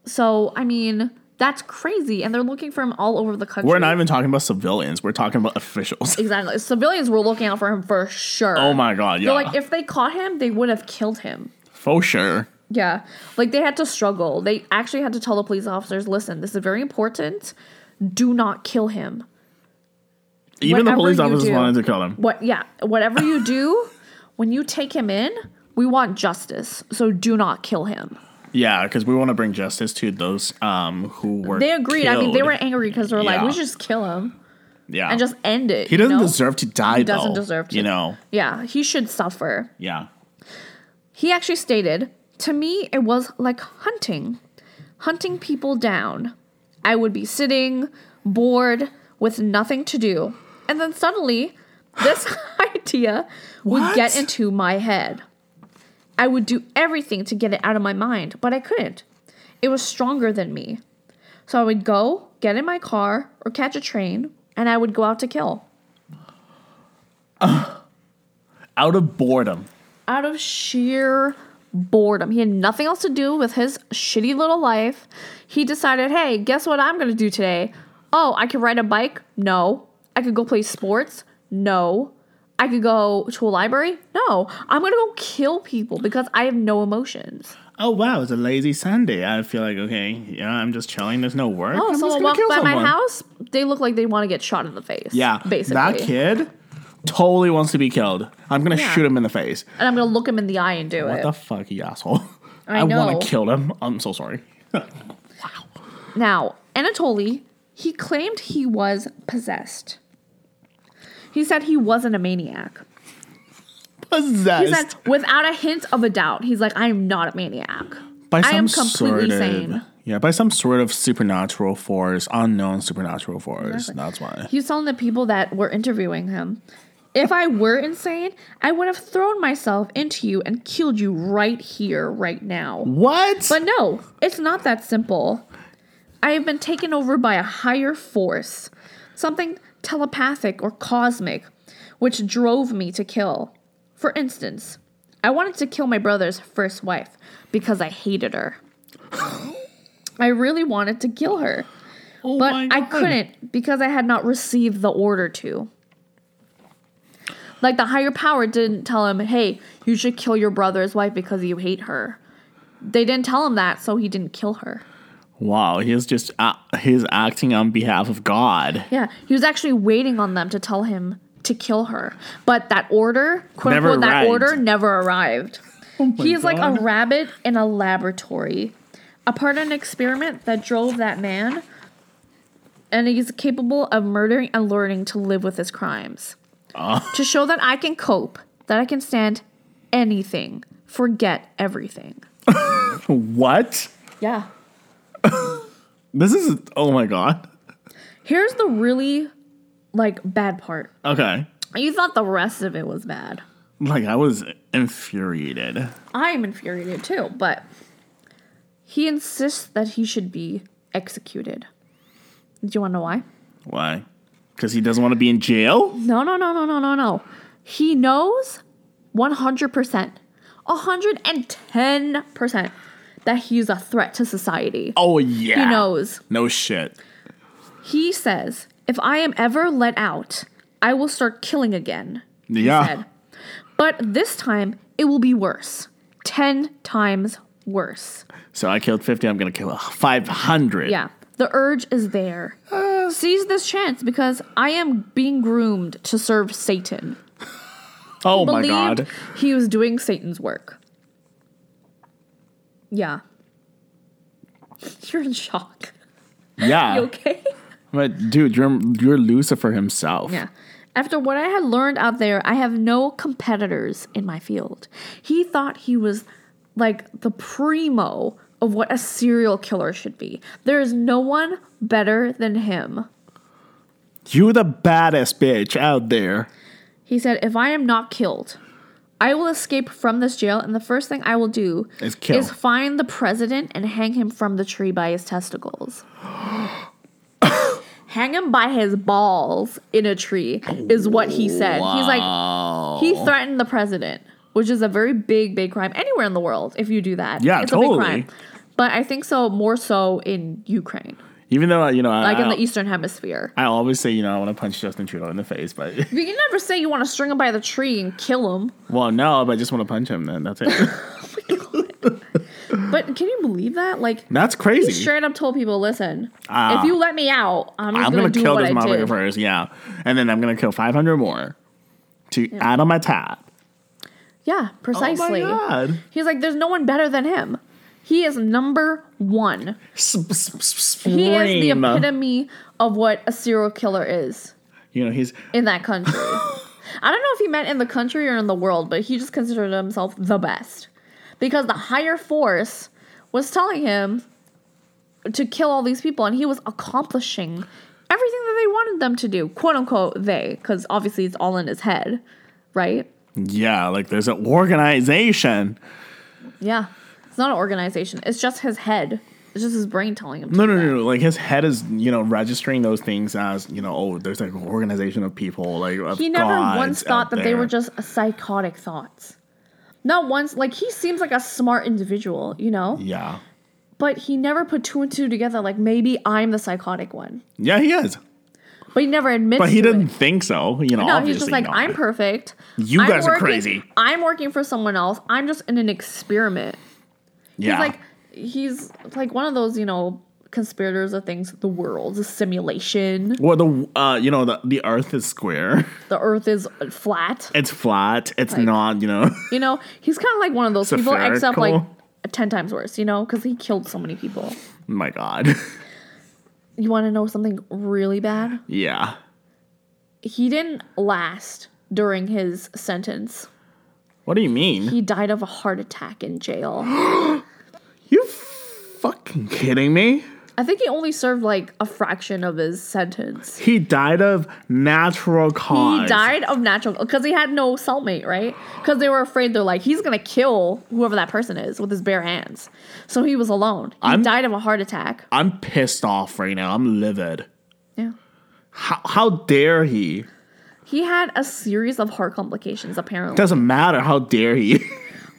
Speaker 2: So, I mean, that's crazy. And they're looking for him all over the country.
Speaker 1: We're not even talking about civilians. We're talking about officials.
Speaker 2: Exactly. Civilians were looking out for him for sure.
Speaker 1: <laughs> Oh my god. Yeah.
Speaker 2: They're like, if they caught him, they would have killed him.
Speaker 1: For sure.
Speaker 2: Yeah. Like, they had to struggle. They actually had to tell the police officers listen, this is very important. Do not kill him.
Speaker 1: Even the
Speaker 2: Whatever
Speaker 1: police
Speaker 2: you
Speaker 1: officers
Speaker 2: do.
Speaker 1: wanted to kill them.
Speaker 2: What, yeah, whatever
Speaker 1: <laughs>
Speaker 2: you do, when you take him in, we want justice. So, do not kill him.
Speaker 1: Yeah, because we want to bring justice to those um who were.
Speaker 2: They agreed. I mean, they
Speaker 1: killed.
Speaker 2: were angry because they were like,
Speaker 1: Yeah.
Speaker 2: we should just kill him
Speaker 1: Yeah,
Speaker 2: and just end it.
Speaker 1: he
Speaker 2: you
Speaker 1: doesn't
Speaker 2: know?
Speaker 1: deserve to die. He
Speaker 2: doesn't deserve to.
Speaker 1: You know.
Speaker 2: Yeah, he should suffer.
Speaker 1: Yeah.
Speaker 2: He actually stated, To me, it was like hunting, hunting people down. I would be sitting, bored, with nothing to do. And then suddenly, this <laughs> idea would
Speaker 1: What?
Speaker 2: get into my head. I would do everything to get it out of my mind, but I couldn't. It was stronger than me. So I would go, get in my car, or catch a train, and I would go out to kill.
Speaker 1: Out of boredom.
Speaker 2: out of sheer boredom. He had nothing else to do with his shitty little life. He decided, hey, guess what I'm gonna do today? Oh, I could ride a bike? No. I could go play sports? No. I could go to a library? No. I'm gonna go kill people because I have no emotions.
Speaker 1: Oh wow, it's a lazy Sunday. I feel like okay. Yeah, I'm just chilling. There's no work.
Speaker 2: Oh,
Speaker 1: I'm just
Speaker 2: someone
Speaker 1: gonna
Speaker 2: walked
Speaker 1: kill
Speaker 2: by my
Speaker 1: someone.
Speaker 2: house, they look like they wanna get shot in the face.
Speaker 1: Yeah,
Speaker 2: Basically.
Speaker 1: that kid totally wants to be killed. I'm gonna
Speaker 2: Yeah.
Speaker 1: shoot him in the face.
Speaker 2: And I'm gonna look him in the eye and do
Speaker 1: What
Speaker 2: it.
Speaker 1: the fuck, you asshole? <laughs>
Speaker 2: I know.
Speaker 1: want to kill him. I'm so sorry.
Speaker 2: Now, Anatoly, he claimed he was possessed. He said he wasn't a maniac. He
Speaker 1: Possessed
Speaker 2: said, without a hint of a doubt, he's like, I am not a maniac.
Speaker 1: by
Speaker 2: I
Speaker 1: some
Speaker 2: am completely
Speaker 1: sort of,
Speaker 2: sane.
Speaker 1: Yeah, by some sort of supernatural force, unknown supernatural force. That's why.
Speaker 2: He was telling the people that were interviewing him, if I were insane, I would have thrown myself into you and killed you right here, right now.
Speaker 1: What?
Speaker 2: But no, it's not that simple. I have been taken over by a higher force, something telepathic or cosmic, which drove me to kill. For instance, I wanted to kill my brother's first wife because I hated her. I really wanted to kill her,
Speaker 1: Oh
Speaker 2: but
Speaker 1: my
Speaker 2: I
Speaker 1: God.
Speaker 2: couldn't because I had not received the order to. Like the higher power didn't tell him, "Hey, you should kill your brother's wife because you hate her." They didn't tell him that, so he didn't kill her.
Speaker 1: Wow, he's just uh, he's acting on behalf of God.
Speaker 2: Yeah, he was actually waiting on them to tell him to kill her, but that order, quote
Speaker 1: Never
Speaker 2: unquote, that
Speaker 1: arrived.
Speaker 2: order never arrived.
Speaker 1: my
Speaker 2: he is like a
Speaker 1: God.
Speaker 2: rabbit in a laboratory, a part of an experiment that drove that man, and he's capable of murdering and learning to live with his crimes. To show that I can cope, that I can stand anything, forget everything.
Speaker 1: What?
Speaker 2: Yeah.
Speaker 1: This is oh my god.
Speaker 2: Here's the really like bad part.
Speaker 1: Okay.
Speaker 2: You thought the rest of it was bad.
Speaker 1: Like I was infuriated.
Speaker 2: I'm infuriated too, but he insists that he should be executed. Do you want to know why?
Speaker 1: Why? Because he doesn't want to be in jail?
Speaker 2: No, no, no, no, no, no, no. He knows 100%, 110% that he's a threat to society.
Speaker 1: Oh yeah.
Speaker 2: He knows.
Speaker 1: No shit.
Speaker 2: He says, if I am ever let out, I will start killing again.
Speaker 1: Yeah.
Speaker 2: said. But this time, it will be worse. 10 times worse.
Speaker 1: So I killed 50, I'm gonna kill 500.
Speaker 2: Yeah. The urge is there. Seize this chance because I am being groomed to serve Satan.
Speaker 1: Oh my
Speaker 2: Believed
Speaker 1: god.
Speaker 2: he was doing Satan's work. Yeah. <laughs> You're
Speaker 1: <laughs>
Speaker 2: in shock. <laughs>
Speaker 1: Yeah.
Speaker 2: You okay?
Speaker 1: But dude, you're you're Lucifer himself.
Speaker 2: Yeah. After what I had learned out there, I have no competitors in my field. He thought he was like the primo of what a serial killer should be. There is no one better than him.
Speaker 1: You the baddest bitch out there.
Speaker 2: He said, If I am not killed, I will escape from this jail, and the first thing I will do
Speaker 1: Is kill.
Speaker 2: is find the president and hang him from the tree by his testicles. <gasps> hang him by his balls in a tree, is what he said. He's like, he threatened the president, which is a very big, big crime anywhere in the world if you do that.
Speaker 1: Yeah,
Speaker 2: it's
Speaker 1: totally.
Speaker 2: But I think so, more so in Ukraine,
Speaker 1: Even though you know,
Speaker 2: like
Speaker 1: I,
Speaker 2: in the Eastern Hemisphere.
Speaker 1: I always say you know I want to punch Justin Trudeau in the face, but <laughs>
Speaker 2: You can never say you want to string him by the tree and kill him.
Speaker 1: well, no, but I just want to punch him. Then
Speaker 2: <laughs>
Speaker 1: that's it.
Speaker 2: But can you believe that? Like,
Speaker 1: that's
Speaker 2: he
Speaker 1: crazy.
Speaker 2: straight up told people, "Listen,
Speaker 1: Ah.
Speaker 2: if you let me out, I'm, just
Speaker 1: I'm
Speaker 2: gonna,
Speaker 1: gonna
Speaker 2: do
Speaker 1: kill
Speaker 2: what
Speaker 1: this
Speaker 2: I
Speaker 1: motherfucker
Speaker 2: did."
Speaker 1: first, yeah, and then I'm gonna kill 500 more to add on my top.
Speaker 2: Yeah, precisely.
Speaker 1: Oh my god!
Speaker 2: He's like, "There's no one better than him. He is number one. He is the
Speaker 1: Scream.
Speaker 2: epitome of what a serial killer is
Speaker 1: You know he's
Speaker 2: in
Speaker 1: <laughs>
Speaker 2: that country." I don't know if he meant in the country or in the world, but he just considered himself the best because the higher force was telling him to kill all these people, and he was accomplishing everything that they wanted them to do, quote unquote, they, because obviously it's all in his head, right?
Speaker 1: yeah, like there's an organization.
Speaker 2: Yeah. It's not an organization, it's just his head. It's just his brain telling him. To
Speaker 1: No,
Speaker 2: do
Speaker 1: no,
Speaker 2: that.
Speaker 1: no, no. Like his head is, you know, registering those things as, you know, oh, there's like an organization of people, like of
Speaker 2: He never
Speaker 1: gods
Speaker 2: once
Speaker 1: out
Speaker 2: thought that they
Speaker 1: there.
Speaker 2: were just psychotic thoughts. Not once. Like, he seems like a smart individual, you know?
Speaker 1: Yeah,
Speaker 2: But he never put two and two together, like, maybe I'm the psychotic one.
Speaker 1: yeah, he is,
Speaker 2: But he never admits
Speaker 1: but he
Speaker 2: to
Speaker 1: didn't
Speaker 2: it.
Speaker 1: think so. You know,
Speaker 2: No,
Speaker 1: obviously
Speaker 2: he's just like,
Speaker 1: not.
Speaker 2: I'm perfect.
Speaker 1: You
Speaker 2: I'm
Speaker 1: guys are
Speaker 2: working-
Speaker 1: crazy.
Speaker 2: I'm working for someone else. I'm just in an experiment.
Speaker 1: Yeah,
Speaker 2: Like he's like one of those, you know, conspirators of things. The world's a simulation.
Speaker 1: well, the uh, you know, the the Earth is square. <laughs>
Speaker 2: The Earth is flat.
Speaker 1: It's flat. It's not, you know. <laughs>
Speaker 2: You know, he's kind of like one of those people, except like
Speaker 1: Spherical.
Speaker 2: ten times worse. You know, because he killed so many people.
Speaker 1: My God. <laughs>
Speaker 2: You want to know something really bad?
Speaker 1: yeah.
Speaker 2: He didn't last during his sentence.
Speaker 1: What do you mean?
Speaker 2: He died of a heart attack in jail. <gasps>
Speaker 1: You fucking kidding me?
Speaker 2: I think he only served like a fraction of his sentence.
Speaker 1: He died of natural cause.
Speaker 2: He died of natural because he had no cellmate, right? Because they were afraid they're like he's gonna kill whoever that person is with his bare hands. So he was alone. He
Speaker 1: I'm-
Speaker 2: died of a heart attack.
Speaker 1: I'm pissed off right now. I'm livid.
Speaker 2: Yeah,
Speaker 1: How how dare he?
Speaker 2: he had a series of heart complications. Apparently,
Speaker 1: Doesn't matter. How dare he? <laughs>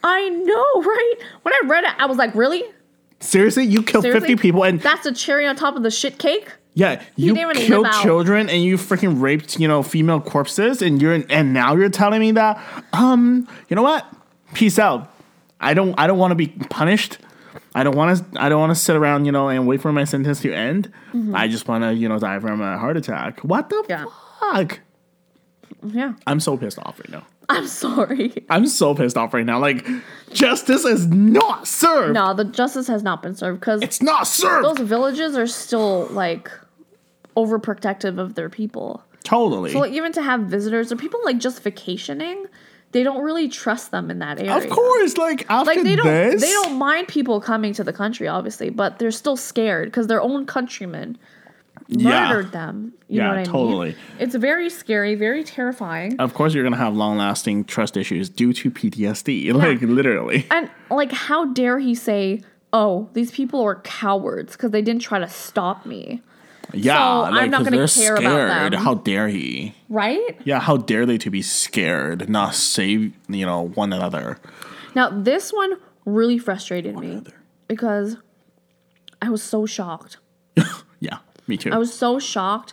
Speaker 2: I know, <laughs> right? When I read it, I was like, really?
Speaker 1: Seriously, you killed
Speaker 2: Seriously?
Speaker 1: 50 people and
Speaker 2: That's a cherry on top of the shit cake.
Speaker 1: yeah, you
Speaker 2: didn't even
Speaker 1: killed
Speaker 2: live out.
Speaker 1: children and you freaking raped, you know, female corpses and you're and now you're telling me that um, you know what? Peace out. I don't I don't want to be punished. I don't want to I don't want to sit around, you know, and wait for my sentence to
Speaker 2: Mm-hmm.
Speaker 1: end. I just want to, you know, die from a heart attack. What the
Speaker 2: Yeah.
Speaker 1: fuck?
Speaker 2: Yeah.
Speaker 1: I'm so pissed off right now. <laughs>
Speaker 2: I'm sorry.
Speaker 1: I'm so pissed off right now. Like, justice is not served.
Speaker 2: No, the justice has not been served because
Speaker 1: It's not served.
Speaker 2: those villages are still like overprotective of their people.
Speaker 1: totally.
Speaker 2: So like, even to have visitors or people like just vacationing, they don't really trust them in that area.
Speaker 1: of course. Like after
Speaker 2: Like they don't
Speaker 1: this,
Speaker 2: they don't mind people coming to the country, obviously, but they're still scared because their own countrymen
Speaker 1: Yeah.
Speaker 2: murdered them. You
Speaker 1: Yeah,
Speaker 2: know what I
Speaker 1: totally.
Speaker 2: mean? It's very scary, very terrifying.
Speaker 1: Of course, you're gonna have long-lasting trust issues due to PTSD. <laughs> Like literally.
Speaker 2: And like, how dare he say, "Oh, these people are cowards because they didn't try to stop me,"
Speaker 1: Yeah.
Speaker 2: I'm
Speaker 1: like,
Speaker 2: not
Speaker 1: 'cause
Speaker 2: gonna
Speaker 1: they're
Speaker 2: care about
Speaker 1: scared.
Speaker 2: them.
Speaker 1: How dare he?
Speaker 2: right?
Speaker 1: Yeah. How dare they to be scared, not save you know one another.
Speaker 2: Now, this one really frustrated me because I was so shocked.
Speaker 1: Yeah. Me too.
Speaker 2: I was so shocked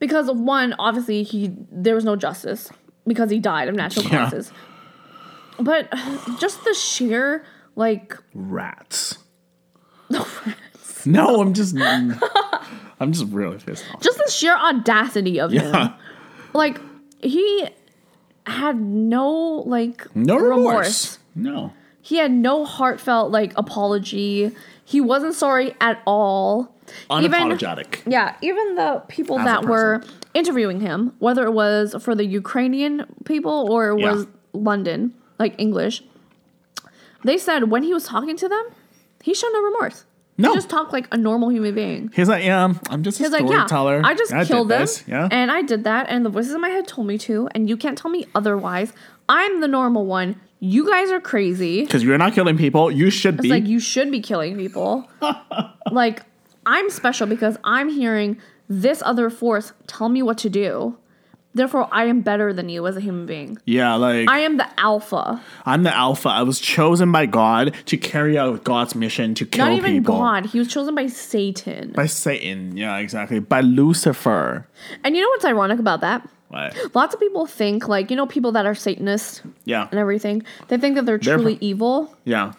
Speaker 2: because of one, obviously he there was no justice because he died of natural
Speaker 1: Yeah.
Speaker 2: causes. But just the sheer like <laughs>
Speaker 1: Rats. <laughs> no, I'm just. <laughs> I'm just really pissed off.
Speaker 2: just the sheer audacity of him. Like he had no like
Speaker 1: <laughs> No remorse. No.
Speaker 2: He had no heartfelt like apology. He wasn't sorry at all. Even-
Speaker 1: Unapologetic.
Speaker 2: Yeah, even the people
Speaker 1: As a
Speaker 2: that
Speaker 1: person.
Speaker 2: were interviewing him, whether it was for the Ukrainian people or it
Speaker 1: Yeah.
Speaker 2: was London, like English, they said when he was talking to them, he showed no remorse.
Speaker 1: No.
Speaker 2: He just talked like a normal human being.
Speaker 1: He's like, yeah, I'm just a
Speaker 2: He's like, yeah,
Speaker 1: storyteller.
Speaker 2: I just
Speaker 1: did
Speaker 2: killed them,
Speaker 1: this, Yeah.
Speaker 2: and I did that, and the voices in my head told me to, and you can't tell me otherwise. I'm the normal one. You guys are crazy.
Speaker 1: Because you're not killing people. You should be.
Speaker 2: It's like you should be
Speaker 1: <laughs>
Speaker 2: killing people. like I'm special because I'm hearing this other force tell me what to do. Therefore, I am better than you as a human being.
Speaker 1: yeah, like
Speaker 2: I am the alpha.
Speaker 1: I'm the alpha. I was chosen by God to carry out God's mission to kill
Speaker 2: Not even
Speaker 1: people.
Speaker 2: God. He was chosen by Satan.
Speaker 1: By Satan. Yeah, exactly. By Lucifer.
Speaker 2: And you know what's ironic about that?
Speaker 1: What?
Speaker 2: Lots of people think, like, you know, people that are Satanists
Speaker 1: Yeah.
Speaker 2: and everything, they think that they're truly evil.
Speaker 1: Yeah.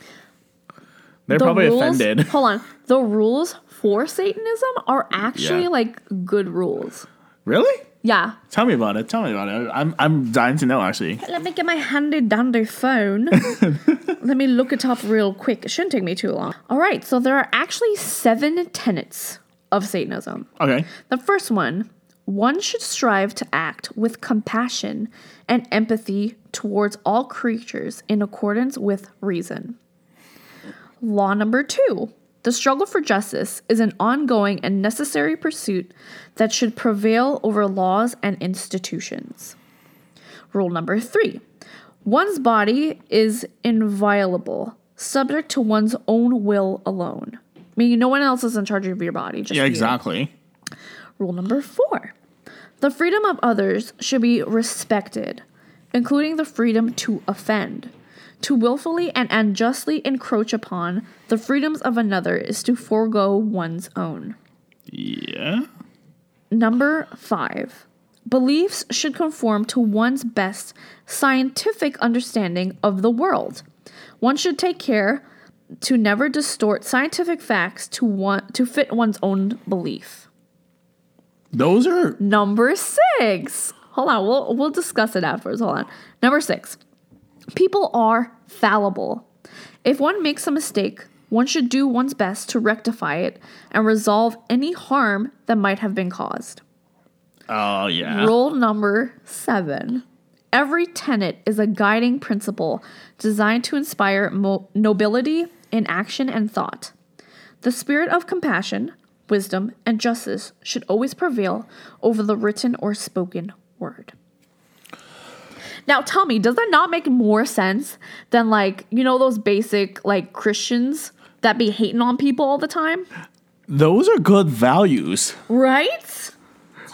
Speaker 1: They're probably
Speaker 2: rules,
Speaker 1: offended.
Speaker 2: <laughs>
Speaker 1: <laughs>
Speaker 2: Hold on. The rules for Satanism are actually
Speaker 1: Yeah.
Speaker 2: like good rules.
Speaker 1: really?
Speaker 2: Yeah.
Speaker 1: Tell me about it. Tell me about it. I'm I'm dying to know actually.
Speaker 2: Let me get my handy dandy phone. Let me look it up real quick. It shouldn't take me too long. All right, so there are actually seven tenets of Satanism.
Speaker 1: Okay.
Speaker 2: The first one one should strive to act with compassion and empathy towards all creatures in accordance with reason. Law number two the struggle for justice is an ongoing and necessary pursuit that should prevail over laws and institutions. Rule number three one's body is inviolable, subject to one's own will alone. Meaning, no one else is in charge of your body. Just
Speaker 1: Yeah,
Speaker 2: you.
Speaker 1: exactly.
Speaker 2: Rule number four the freedom of others should be respected, including the freedom to offend. To willfully and unjustly encroach upon the freedoms of another is to forego one's own.
Speaker 1: Yeah.
Speaker 2: Number five, beliefs should conform to one's best scientific understanding of the world. One should take care to never distort scientific facts to one, to fit one's own belief.
Speaker 1: Those are
Speaker 2: Number six. Hold on, we'll we'll discuss it afterwards. Hold on. Number six. People are fallible. If one makes a mistake, one should do one's best to rectify it and resolve any harm that might have been caused.
Speaker 1: Oh yeah.
Speaker 2: Rule number seven. Every tenet is a guiding principle designed to inspire mo- nobility in action and thought. The spirit of compassion, wisdom, and justice should always prevail over the written or spoken word. Now, tell me, does that not make more sense than, like, you know, those basic, like, Christians that be hating on people all the time?
Speaker 1: Those are good values.
Speaker 2: Right?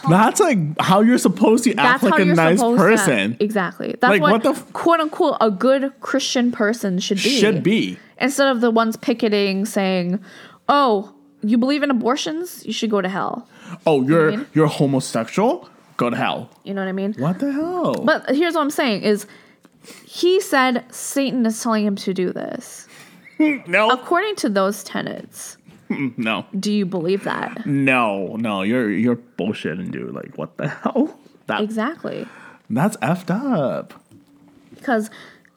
Speaker 1: That's like how you're supposed to act
Speaker 2: That's
Speaker 1: like
Speaker 2: how
Speaker 1: a
Speaker 2: you're
Speaker 1: nice
Speaker 2: supposed
Speaker 1: person.
Speaker 2: To, exactly. That's
Speaker 1: Like,
Speaker 2: what,
Speaker 1: what the f-
Speaker 2: quote unquote a good Christian person should be.
Speaker 1: Should be.
Speaker 2: Instead of the ones picketing saying, "Oh, you believe in abortions? You should go to hell."
Speaker 1: Oh, you're
Speaker 2: mean?
Speaker 1: you're homosexual? Go to hell.
Speaker 2: You know what I mean?
Speaker 1: What the hell?
Speaker 2: But here's what I'm saying is he said Satan is telling him to do this.
Speaker 1: no,
Speaker 2: According to those tenets,
Speaker 1: no,
Speaker 2: do you believe that?
Speaker 1: no, no. You're you're bullshitting, dude. Like, what the hell? That
Speaker 2: Exactly.
Speaker 1: That's effed up.
Speaker 2: because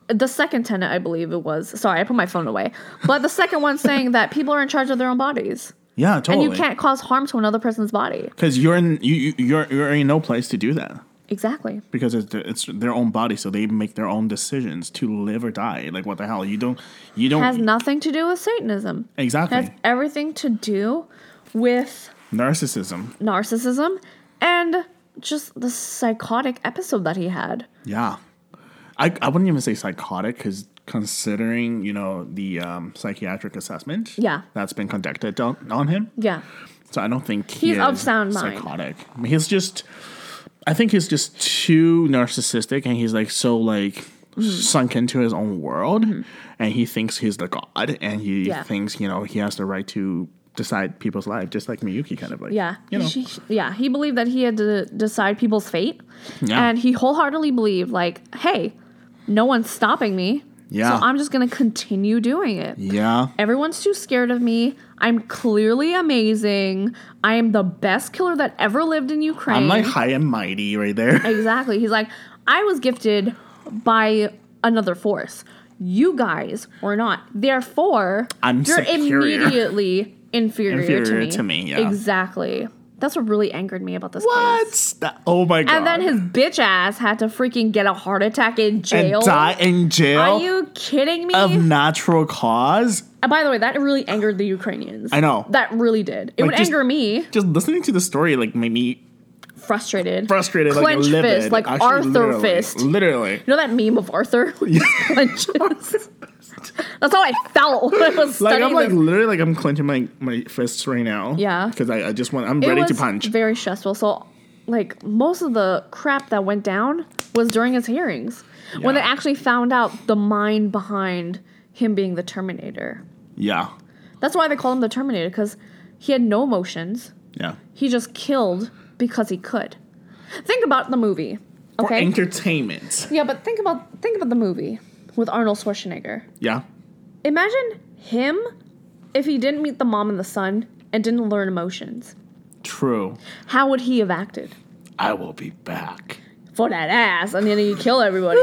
Speaker 2: the second tenant, I believe it was. Sorry, I put my phone away. But the second one saying that people are in charge of their own bodies,
Speaker 1: Yeah, totally.
Speaker 2: and you can't cause harm to another person's body.
Speaker 1: because you're in you you- you're you're in no place to do that
Speaker 2: Exactly.
Speaker 1: because it's their, it's their own body, so they make their own decisions to live or die. Like what the hell? You don't you don't
Speaker 2: Has nothing to do with Satanism.
Speaker 1: exactly
Speaker 2: Has everything to do with
Speaker 1: narcissism.
Speaker 2: narcissism and just the psychotic episode that he had.
Speaker 1: Yeah, I I wouldn't even say psychotic because considering you know the um, psychiatric assessment
Speaker 2: Yeah.
Speaker 1: that's been conducted on, on him
Speaker 2: Yeah.
Speaker 1: So I don't think he
Speaker 2: He's
Speaker 1: is
Speaker 2: of sound mind.
Speaker 1: psychotic. He's just, I think he's just too narcissistic, and he's like so like
Speaker 2: Mm-hmm.
Speaker 1: sunk into his own world, and he thinks he's the god, and he
Speaker 2: Yeah.
Speaker 1: thinks you know he has the right to decide people's life, just like Miyuki, kind of like
Speaker 2: Yeah.
Speaker 1: you know,
Speaker 2: He- he- yeah. He believed that he had to decide people's fate.
Speaker 1: Yeah.
Speaker 2: And he wholeheartedly believed, like, hey, no one's stopping me.
Speaker 1: Yeah.
Speaker 2: So I'm just going to continue doing it.
Speaker 1: yeah,
Speaker 2: Everyone's too scared of me. I'm clearly amazing. I am the best killer that ever lived in Ukraine.
Speaker 1: I'm like <laughs> high and mighty right there.
Speaker 2: Exactly. He's like, I was gifted by another force. You guys were not. Therefore,
Speaker 1: I'm
Speaker 2: you're
Speaker 1: superior." <laughs>
Speaker 2: immediately inferior, to
Speaker 1: Inferior
Speaker 2: me.
Speaker 1: to me, yeah.
Speaker 2: Exactly. That's what really angered me about this
Speaker 1: What?
Speaker 2: case.
Speaker 1: That- oh my god!
Speaker 2: And then his bitch ass had to freaking get a heart attack in
Speaker 1: and
Speaker 2: jail.
Speaker 1: die in
Speaker 2: Are
Speaker 1: jail
Speaker 2: you kidding me?
Speaker 1: of natural cause.
Speaker 2: And Uh, by the way, that really angered the Ukrainians.
Speaker 1: I know.
Speaker 2: That really did. It
Speaker 1: Like,
Speaker 2: would
Speaker 1: just-
Speaker 2: anger me.
Speaker 1: Just listening to the story like made me
Speaker 2: Frustrated.
Speaker 1: frustrated, like
Speaker 2: Clenched
Speaker 1: livid,
Speaker 2: fist, like
Speaker 1: Actually,
Speaker 2: Arthur
Speaker 1: literally,
Speaker 2: fist.
Speaker 1: literally.
Speaker 2: You know that meme of
Speaker 1: <laughs>
Speaker 2: Arthur? <laughs> With his clenches? That's how I felt when I was
Speaker 1: Like
Speaker 2: studying
Speaker 1: I'm like
Speaker 2: this.
Speaker 1: literally like I'm clenching my my fists right now.
Speaker 2: Yeah.
Speaker 1: because I, I just want I'm
Speaker 2: It
Speaker 1: ready to
Speaker 2: was
Speaker 1: punch.
Speaker 2: Very stressful. So, like most of the crap that went down was during his hearings when they
Speaker 1: Yeah.
Speaker 2: actually found out the mind behind him being the Terminator.
Speaker 1: yeah,
Speaker 2: That's why they call him the Terminator because he had no emotions.
Speaker 1: yeah.
Speaker 2: He just killed because he could. Think about the movie.
Speaker 1: For
Speaker 2: Okay.
Speaker 1: entertainment.
Speaker 2: yeah, but think about think about the movie with Arnold Schwarzenegger.
Speaker 1: Yeah,
Speaker 2: Imagine him if he didn't meet the mom and the son and didn't learn emotions.
Speaker 1: true.
Speaker 2: How would he have acted?
Speaker 1: I will be back.
Speaker 2: For that ass, and then you
Speaker 1: <laughs>
Speaker 2: kill everybody.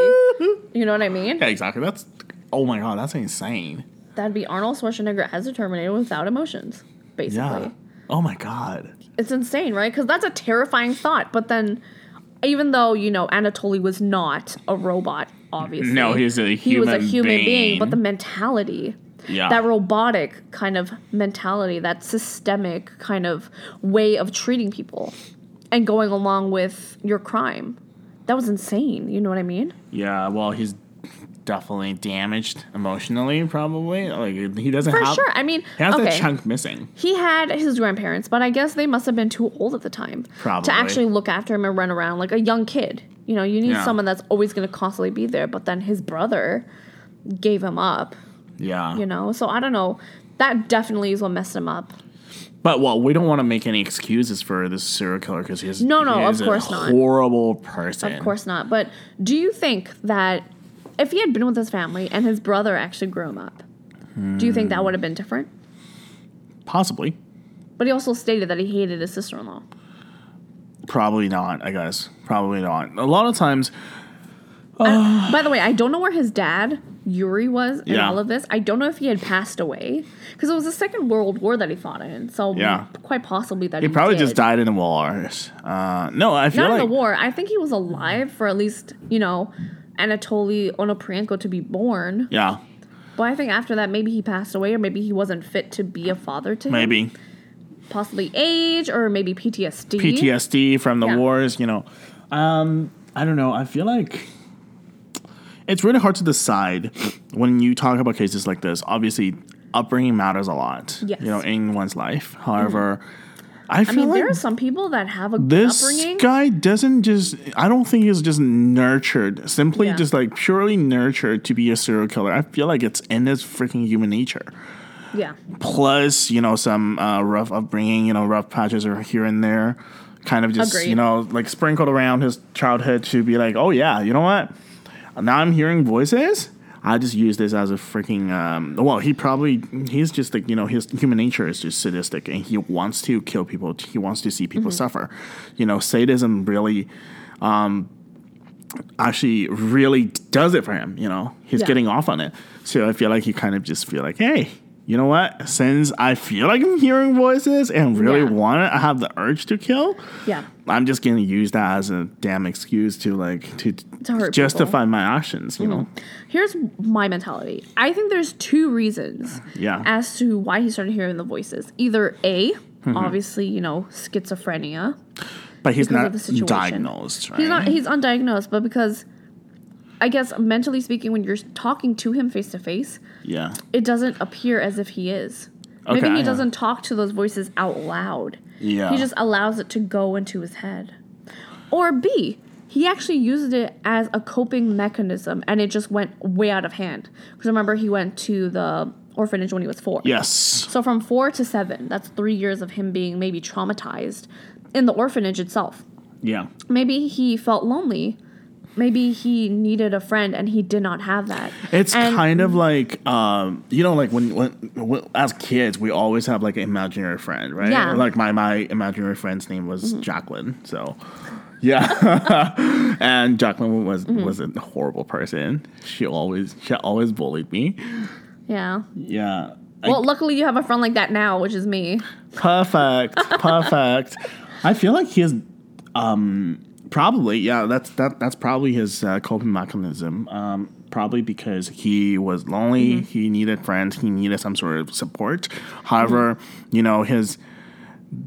Speaker 2: you know what I mean?
Speaker 1: Yeah, exactly. That's oh my god, that's insane.
Speaker 2: That'd be Arnold Schwarzenegger as a Terminator without emotions, basically.
Speaker 1: Yeah. Oh my god.
Speaker 2: It's insane, right? Because that's a terrifying thought. But then, even though, you know, Anatoly was not a robot, obviously.
Speaker 1: No, he's a
Speaker 2: He was a
Speaker 1: human
Speaker 2: human being,
Speaker 1: being.
Speaker 2: but the mentality.
Speaker 1: Yeah.
Speaker 2: that robotic kind of mentality, that systemic kind of way of treating people and going along with your crime. That was insane. You know what I mean?
Speaker 1: yeah. Well, he's definitely damaged emotionally. Probably like he doesn't
Speaker 2: For
Speaker 1: have.
Speaker 2: sure. I mean,
Speaker 1: He has
Speaker 2: okay.
Speaker 1: that chunk missing.
Speaker 2: He had his grandparents, but I guess they must have been too old at the time
Speaker 1: Probably.
Speaker 2: to actually look after him and run around like a young kid. You know, you need
Speaker 1: Yeah.
Speaker 2: someone that's always going to constantly be there. But then his brother gave him up,
Speaker 1: Yeah.
Speaker 2: you know? So I don't know. That definitely is what messed him up.
Speaker 1: But well, we don't want to make any excuses for this serial killer because he's
Speaker 2: No, no,
Speaker 1: he
Speaker 2: of
Speaker 1: is
Speaker 2: course
Speaker 1: a
Speaker 2: not.
Speaker 1: horrible person.
Speaker 2: Of course not. But do you think that if he had been with his family and his brother actually grew him up, do you
Speaker 1: Hmm.
Speaker 2: think that would have been different?
Speaker 1: possibly,
Speaker 2: But he also stated that he hated his sister in law.
Speaker 1: probably not. I guess probably not. A lot of times,
Speaker 2: By the way, I don't know where his dad, Yuri, was in
Speaker 1: Yeah.
Speaker 2: all of this. I don't know if he had passed away because it was the Second World War that he fought in. So
Speaker 1: Yeah.
Speaker 2: quite possibly that
Speaker 1: he
Speaker 2: he,
Speaker 1: probably
Speaker 2: did.
Speaker 1: just died in the wars. Uh, no, I feel
Speaker 2: Not
Speaker 1: like
Speaker 2: in the war. I think he was alive for at least, you know, Anatoly Onoprienko to be born.
Speaker 1: yeah,
Speaker 2: But I think after that, maybe he passed away or maybe he wasn't fit to be a father to him.
Speaker 1: maybe
Speaker 2: possibly age or maybe PTSD.
Speaker 1: PTSD from the
Speaker 2: Yeah.
Speaker 1: wars. You know, um, I don't know. I feel like it's really hard to decide when you talk about cases like this. Obviously, upbringing matters a lot.
Speaker 2: Yes. Mm-hmm.
Speaker 1: you know, in one's life. However. I,
Speaker 2: I
Speaker 1: feel
Speaker 2: mean,
Speaker 1: like
Speaker 2: there are some people that have a good
Speaker 1: this
Speaker 2: upbringing.
Speaker 1: guy doesn't just i don't think he's just nurtured simply
Speaker 2: Yeah.
Speaker 1: just like purely nurtured to be a serial killer i feel like it's in his freaking human nature
Speaker 2: yeah,
Speaker 1: plus you know some uh, rough upbringing you know rough patches are here and there kind of just
Speaker 2: Agreed.
Speaker 1: you know like sprinkled around his childhood to be like oh yeah you know what now i'm hearing voices I just use this as a freaking um, well. He probably he's just like you know his human nature is just sadistic and he wants to kill people. He wants to see people suffer. You know, sadism really actually really does it for him. You know, he's
Speaker 2: Yeah.
Speaker 1: getting off on it. So I feel like he kind of just feel like, hey, you know what? Since I feel like I'm hearing voices and really
Speaker 2: Yeah.
Speaker 1: want it, I have the urge to kill.
Speaker 2: Yeah.
Speaker 1: I'm just gonna use that as a damn excuse to like to,
Speaker 2: hurt Mm-hmm.
Speaker 1: justify my actions. You know,
Speaker 2: Here's my mentality. I think there's two reasons
Speaker 1: Yeah.
Speaker 2: as to why he started hearing the voices. Either A,
Speaker 1: Mm-hmm.
Speaker 2: obviously, you know, schizophrenia.
Speaker 1: but he's
Speaker 2: Because
Speaker 1: not
Speaker 2: of the situation.
Speaker 1: diagnosed, right?
Speaker 2: He's not he's undiagnosed, but because I guess mentally speaking when you're talking to him face to face,
Speaker 1: yeah,
Speaker 2: it doesn't appear as if he is. Maybe
Speaker 1: Okay,
Speaker 2: he
Speaker 1: yeah.
Speaker 2: doesn't talk to those voices out loud.
Speaker 1: Yeah.
Speaker 2: He just allows it to go into his head. Or B, he actually used it as a coping mechanism and it just went way out of hand. Because remember, he went to the orphanage when he was four.
Speaker 1: yes,
Speaker 2: So from four to seven, that's three years of him being maybe traumatized in the orphanage itself.
Speaker 1: yeah,
Speaker 2: Maybe he felt lonely. Maybe he needed a friend and he did not have that.
Speaker 1: It's
Speaker 2: And-
Speaker 1: kind of like um, you know, like when, when when as kids we always have like an imaginary friend, right?
Speaker 2: Yeah. Mm-hmm.
Speaker 1: Like my my imaginary friend's name was Jacqueline, so yeah. <laughs> and Jacqueline was
Speaker 2: Mm-hmm.
Speaker 1: was a horrible person. She always she always bullied me.
Speaker 2: Yeah.
Speaker 1: Yeah. I-
Speaker 2: Well, luckily you have a friend like that now, which is me.
Speaker 1: perfect, perfect. I feel like his um probably yeah that's that that's probably his uh, coping mechanism. Um, probably because he was lonely, he needed friends, he needed some sort of support. However, you know his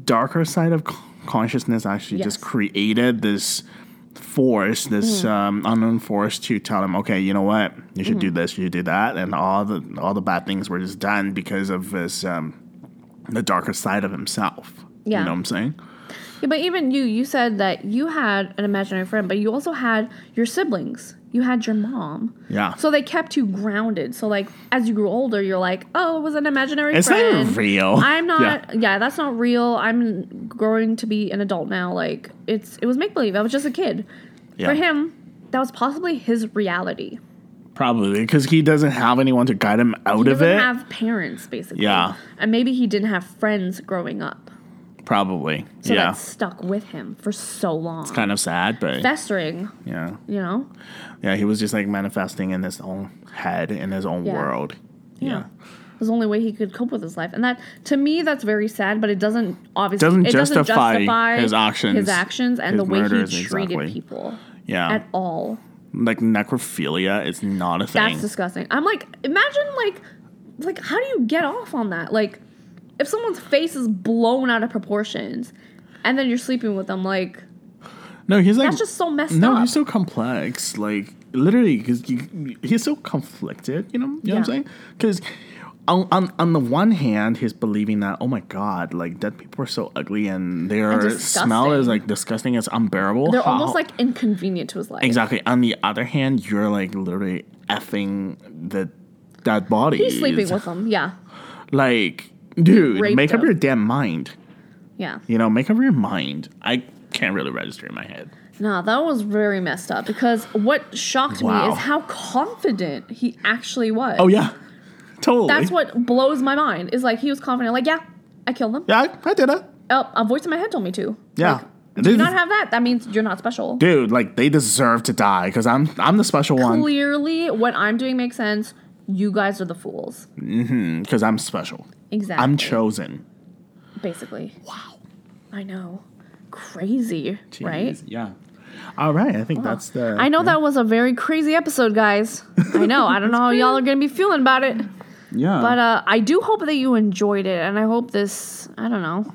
Speaker 1: darker side of c- consciousness actually just
Speaker 2: Yes.
Speaker 1: created this force
Speaker 2: Hmm.
Speaker 1: this um, unknown force to tell him okay you know what you should do
Speaker 2: Hmm.
Speaker 1: this you should do that and all the all the bad things were just done because of his um, the darker side of himself.
Speaker 2: Yeah.
Speaker 1: You know what I'm saying?
Speaker 2: Yeah, but even you, you said that you had an imaginary friend, but you also had your siblings. You had your mom.
Speaker 1: Yeah.
Speaker 2: So they kept you grounded. So like as you grew older, you're like, oh, it was an imaginary
Speaker 1: it's
Speaker 2: friend.
Speaker 1: not real.
Speaker 2: I'm
Speaker 1: Oh, <laughs> Yeah.
Speaker 2: not. Yeah. that's not real. I'm growing to be an adult now. Like it's it was make believe. I was just a kid.
Speaker 1: Yeah.
Speaker 2: For him, that was possibly his reality.
Speaker 1: Probably because he doesn't have anyone to guide him out
Speaker 2: He
Speaker 1: of
Speaker 2: doesn't
Speaker 1: it.
Speaker 2: have parents basically.
Speaker 1: Yeah.
Speaker 2: And maybe he didn't have friends growing up,
Speaker 1: Probably.
Speaker 2: so
Speaker 1: yeah.
Speaker 2: that stuck with him for so long,
Speaker 1: Kind of sad, but
Speaker 2: festering.
Speaker 1: yeah.
Speaker 2: You know.
Speaker 1: Yeah. He was just like manifesting in his own head, in his own
Speaker 2: Yeah.
Speaker 1: world. Yeah.
Speaker 2: It was the only way he could cope with his life. And that, to me, that's very sad, but it doesn't obviously
Speaker 1: Doesn't
Speaker 2: it
Speaker 1: justify his actions,
Speaker 2: his actions and
Speaker 1: his
Speaker 2: the way
Speaker 1: murders,
Speaker 2: he treated
Speaker 1: exactly.
Speaker 2: people
Speaker 1: Yeah.
Speaker 2: at all.
Speaker 1: like necrophilia is not a
Speaker 2: That's
Speaker 1: thing.
Speaker 2: disgusting. I'm like, imagine like, like how do you get off on that? Like, if someone's face is blown out of proportions, and then you're sleeping with them, like
Speaker 1: no, he's like
Speaker 2: that's just so messed
Speaker 1: no,
Speaker 2: up.
Speaker 1: he's so complex. Like literally, because he's so conflicted. You know, you know what I'm
Speaker 2: Yeah.
Speaker 1: saying? Because on, on on the one hand, he's believing that oh my god, like dead people are so ugly and their
Speaker 2: disgusting.
Speaker 1: smell is like disgusting. It's unbearable.
Speaker 2: They're
Speaker 1: How-
Speaker 2: almost like inconvenient to his life.
Speaker 1: exactly. On the other hand, you're like literally effing the that body.
Speaker 2: He's sleeping with them. Yeah,
Speaker 1: like dude.
Speaker 2: Raped
Speaker 1: make up
Speaker 2: them.
Speaker 1: your damn mind.
Speaker 2: yeah.
Speaker 1: You know, make up your mind. I can't really register in my head.
Speaker 2: No, that was very messed up because what shocked
Speaker 1: Wow.
Speaker 2: me is how confident he actually was.
Speaker 1: Oh yeah, totally.
Speaker 2: That's what blows my mind. Is like he was confident, like, yeah, I killed them.
Speaker 1: Yeah, I did it.
Speaker 2: Oh, a voice in my head told me to.
Speaker 1: Yeah.
Speaker 2: Like,
Speaker 1: This
Speaker 2: do you
Speaker 1: is-
Speaker 2: not have that? That means you're not special.
Speaker 1: dude, like they deserve to die because I'm I'm the special one
Speaker 2: Clearly, what I'm doing makes sense. You guys are the fools.
Speaker 1: because I'm special.
Speaker 2: Exactly.
Speaker 1: I'm chosen.
Speaker 2: basically.
Speaker 1: Wow.
Speaker 2: I know. Crazy, right?
Speaker 1: Jeez, Yeah. All right, I think that's the.
Speaker 2: I know that was a very crazy episode, guys. I know. I don't know how y'all are gonna be feeling about it.
Speaker 1: Yeah.
Speaker 2: But uh, I do hope that you enjoyed it, and I hope this, I don't know,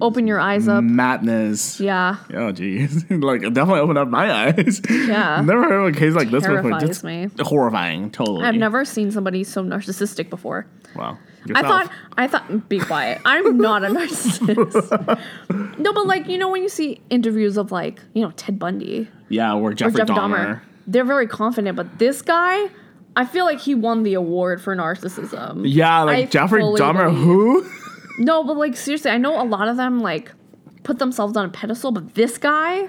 Speaker 2: open your eyes
Speaker 1: Mm.
Speaker 2: up.
Speaker 1: madness.
Speaker 2: uh, Yeah.
Speaker 1: Oh jeez, <laughs> like it definitely opened up my eyes.
Speaker 2: Yeah.
Speaker 1: <laughs> never heard of a case like this before.
Speaker 2: Terrifies
Speaker 1: That's
Speaker 2: me.
Speaker 1: horrifying. Totally.
Speaker 2: I've never seen somebody so narcissistic before.
Speaker 1: Wow.
Speaker 2: I
Speaker 1: Yourself.
Speaker 2: thought, I thought, be quiet. I'm not a narcissist.
Speaker 1: <laughs>
Speaker 2: no, but like, you know, when you see interviews of like, you know, Ted Bundy
Speaker 1: Yeah, or
Speaker 2: or
Speaker 1: Jeffrey
Speaker 2: Jeff
Speaker 1: Dahmer.
Speaker 2: Dahmer, they're very confident, but this guy, I feel like he won the award for narcissism.
Speaker 1: Yeah, like
Speaker 2: I
Speaker 1: Jeffrey
Speaker 2: fully
Speaker 1: Dahmer.
Speaker 2: believe-
Speaker 1: Who?
Speaker 2: No, but like, seriously, I know a lot of them like put themselves on a pedestal, but this guy,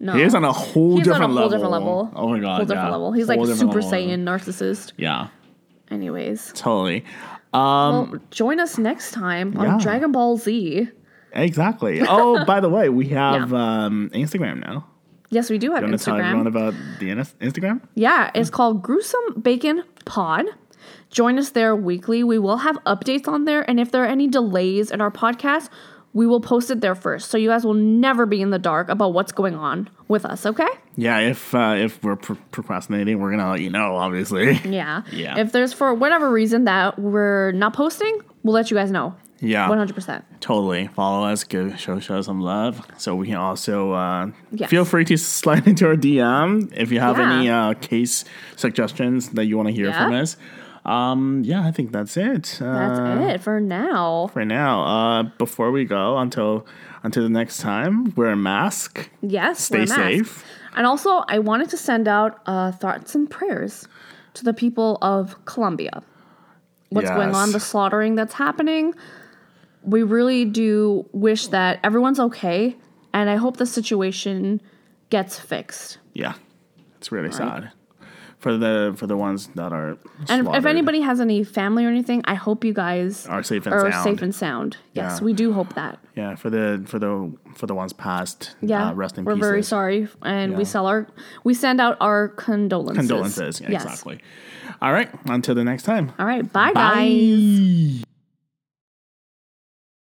Speaker 2: no.
Speaker 1: He is on a whole,
Speaker 2: He's
Speaker 1: different,
Speaker 2: on a whole
Speaker 1: level.
Speaker 2: different level.
Speaker 1: Oh my god.
Speaker 2: Whole different
Speaker 1: yeah.
Speaker 2: level. He's
Speaker 1: Whole
Speaker 2: like
Speaker 1: different
Speaker 2: super
Speaker 1: level.
Speaker 2: saiyan narcissist.
Speaker 1: Yeah.
Speaker 2: Anyways,
Speaker 1: Totally.
Speaker 2: well, join us next time on
Speaker 1: Um, Yeah.
Speaker 2: Dragon Ball Z. <laughs>
Speaker 1: Exactly. Oh, by the way, we have um, Instagram now.
Speaker 2: Yes, we do have
Speaker 1: You want to tell
Speaker 2: Instagram.
Speaker 1: everyone about the Inst- Instagram?
Speaker 2: Yeah, it's called Gruesome Bacon Pod. Join us there weekly. We will have updates on there, and if there are any delays in our podcast, we will post it there first. So you guys will never be in the dark about what's going on with us, okay?
Speaker 1: Yeah, if uh, if we're pr- procrastinating, we're gonna let you know. Obviously, <laughs>
Speaker 2: Yeah.
Speaker 1: Yeah.
Speaker 2: If there's for whatever reason that we're not posting, we'll let you guys know.
Speaker 1: yeah,
Speaker 2: 100%.
Speaker 1: totally. Follow us, give show show some love. So we can also uh,
Speaker 2: Yes.
Speaker 1: feel free to slide <laughs> into our DM if you have
Speaker 2: Yeah.
Speaker 1: any uh, case suggestions that you want to hear
Speaker 2: Yeah.
Speaker 1: from us. Um, yeah, I think that's it. uh,
Speaker 2: That's it for now.
Speaker 1: for now. Uh, before we go, until until the next time, wear a mask.
Speaker 2: Yes.
Speaker 1: Stay
Speaker 2: wear a mask.
Speaker 1: safe.
Speaker 2: And also, I wanted to send out uh, thoughts and prayers to the people of Colombia. What's going
Speaker 1: Yes.
Speaker 2: on, the slaughtering that's happening. We really do wish that everyone's okay, and I hope the situation gets fixed.
Speaker 1: Yeah, it's really sad for the for the ones that are
Speaker 2: And if- if
Speaker 1: slaughtered
Speaker 2: anybody has any family or anything, I hope you guys
Speaker 1: are safe and
Speaker 2: are
Speaker 1: sound.
Speaker 2: safe and sound. Yes,
Speaker 1: Yeah. Uh,
Speaker 2: we do hope that.
Speaker 1: yeah, for the for the for the ones past.
Speaker 2: Yeah,
Speaker 1: uh, rest in
Speaker 2: we're
Speaker 1: peace.
Speaker 2: very sorry, and we
Speaker 1: Yeah.
Speaker 2: sell our we send out our condolences.
Speaker 1: Condolences. Yeah,
Speaker 2: Yes.
Speaker 1: Exactly. All right. Until the next time.
Speaker 2: All right, bye. guys.
Speaker 1: Bye.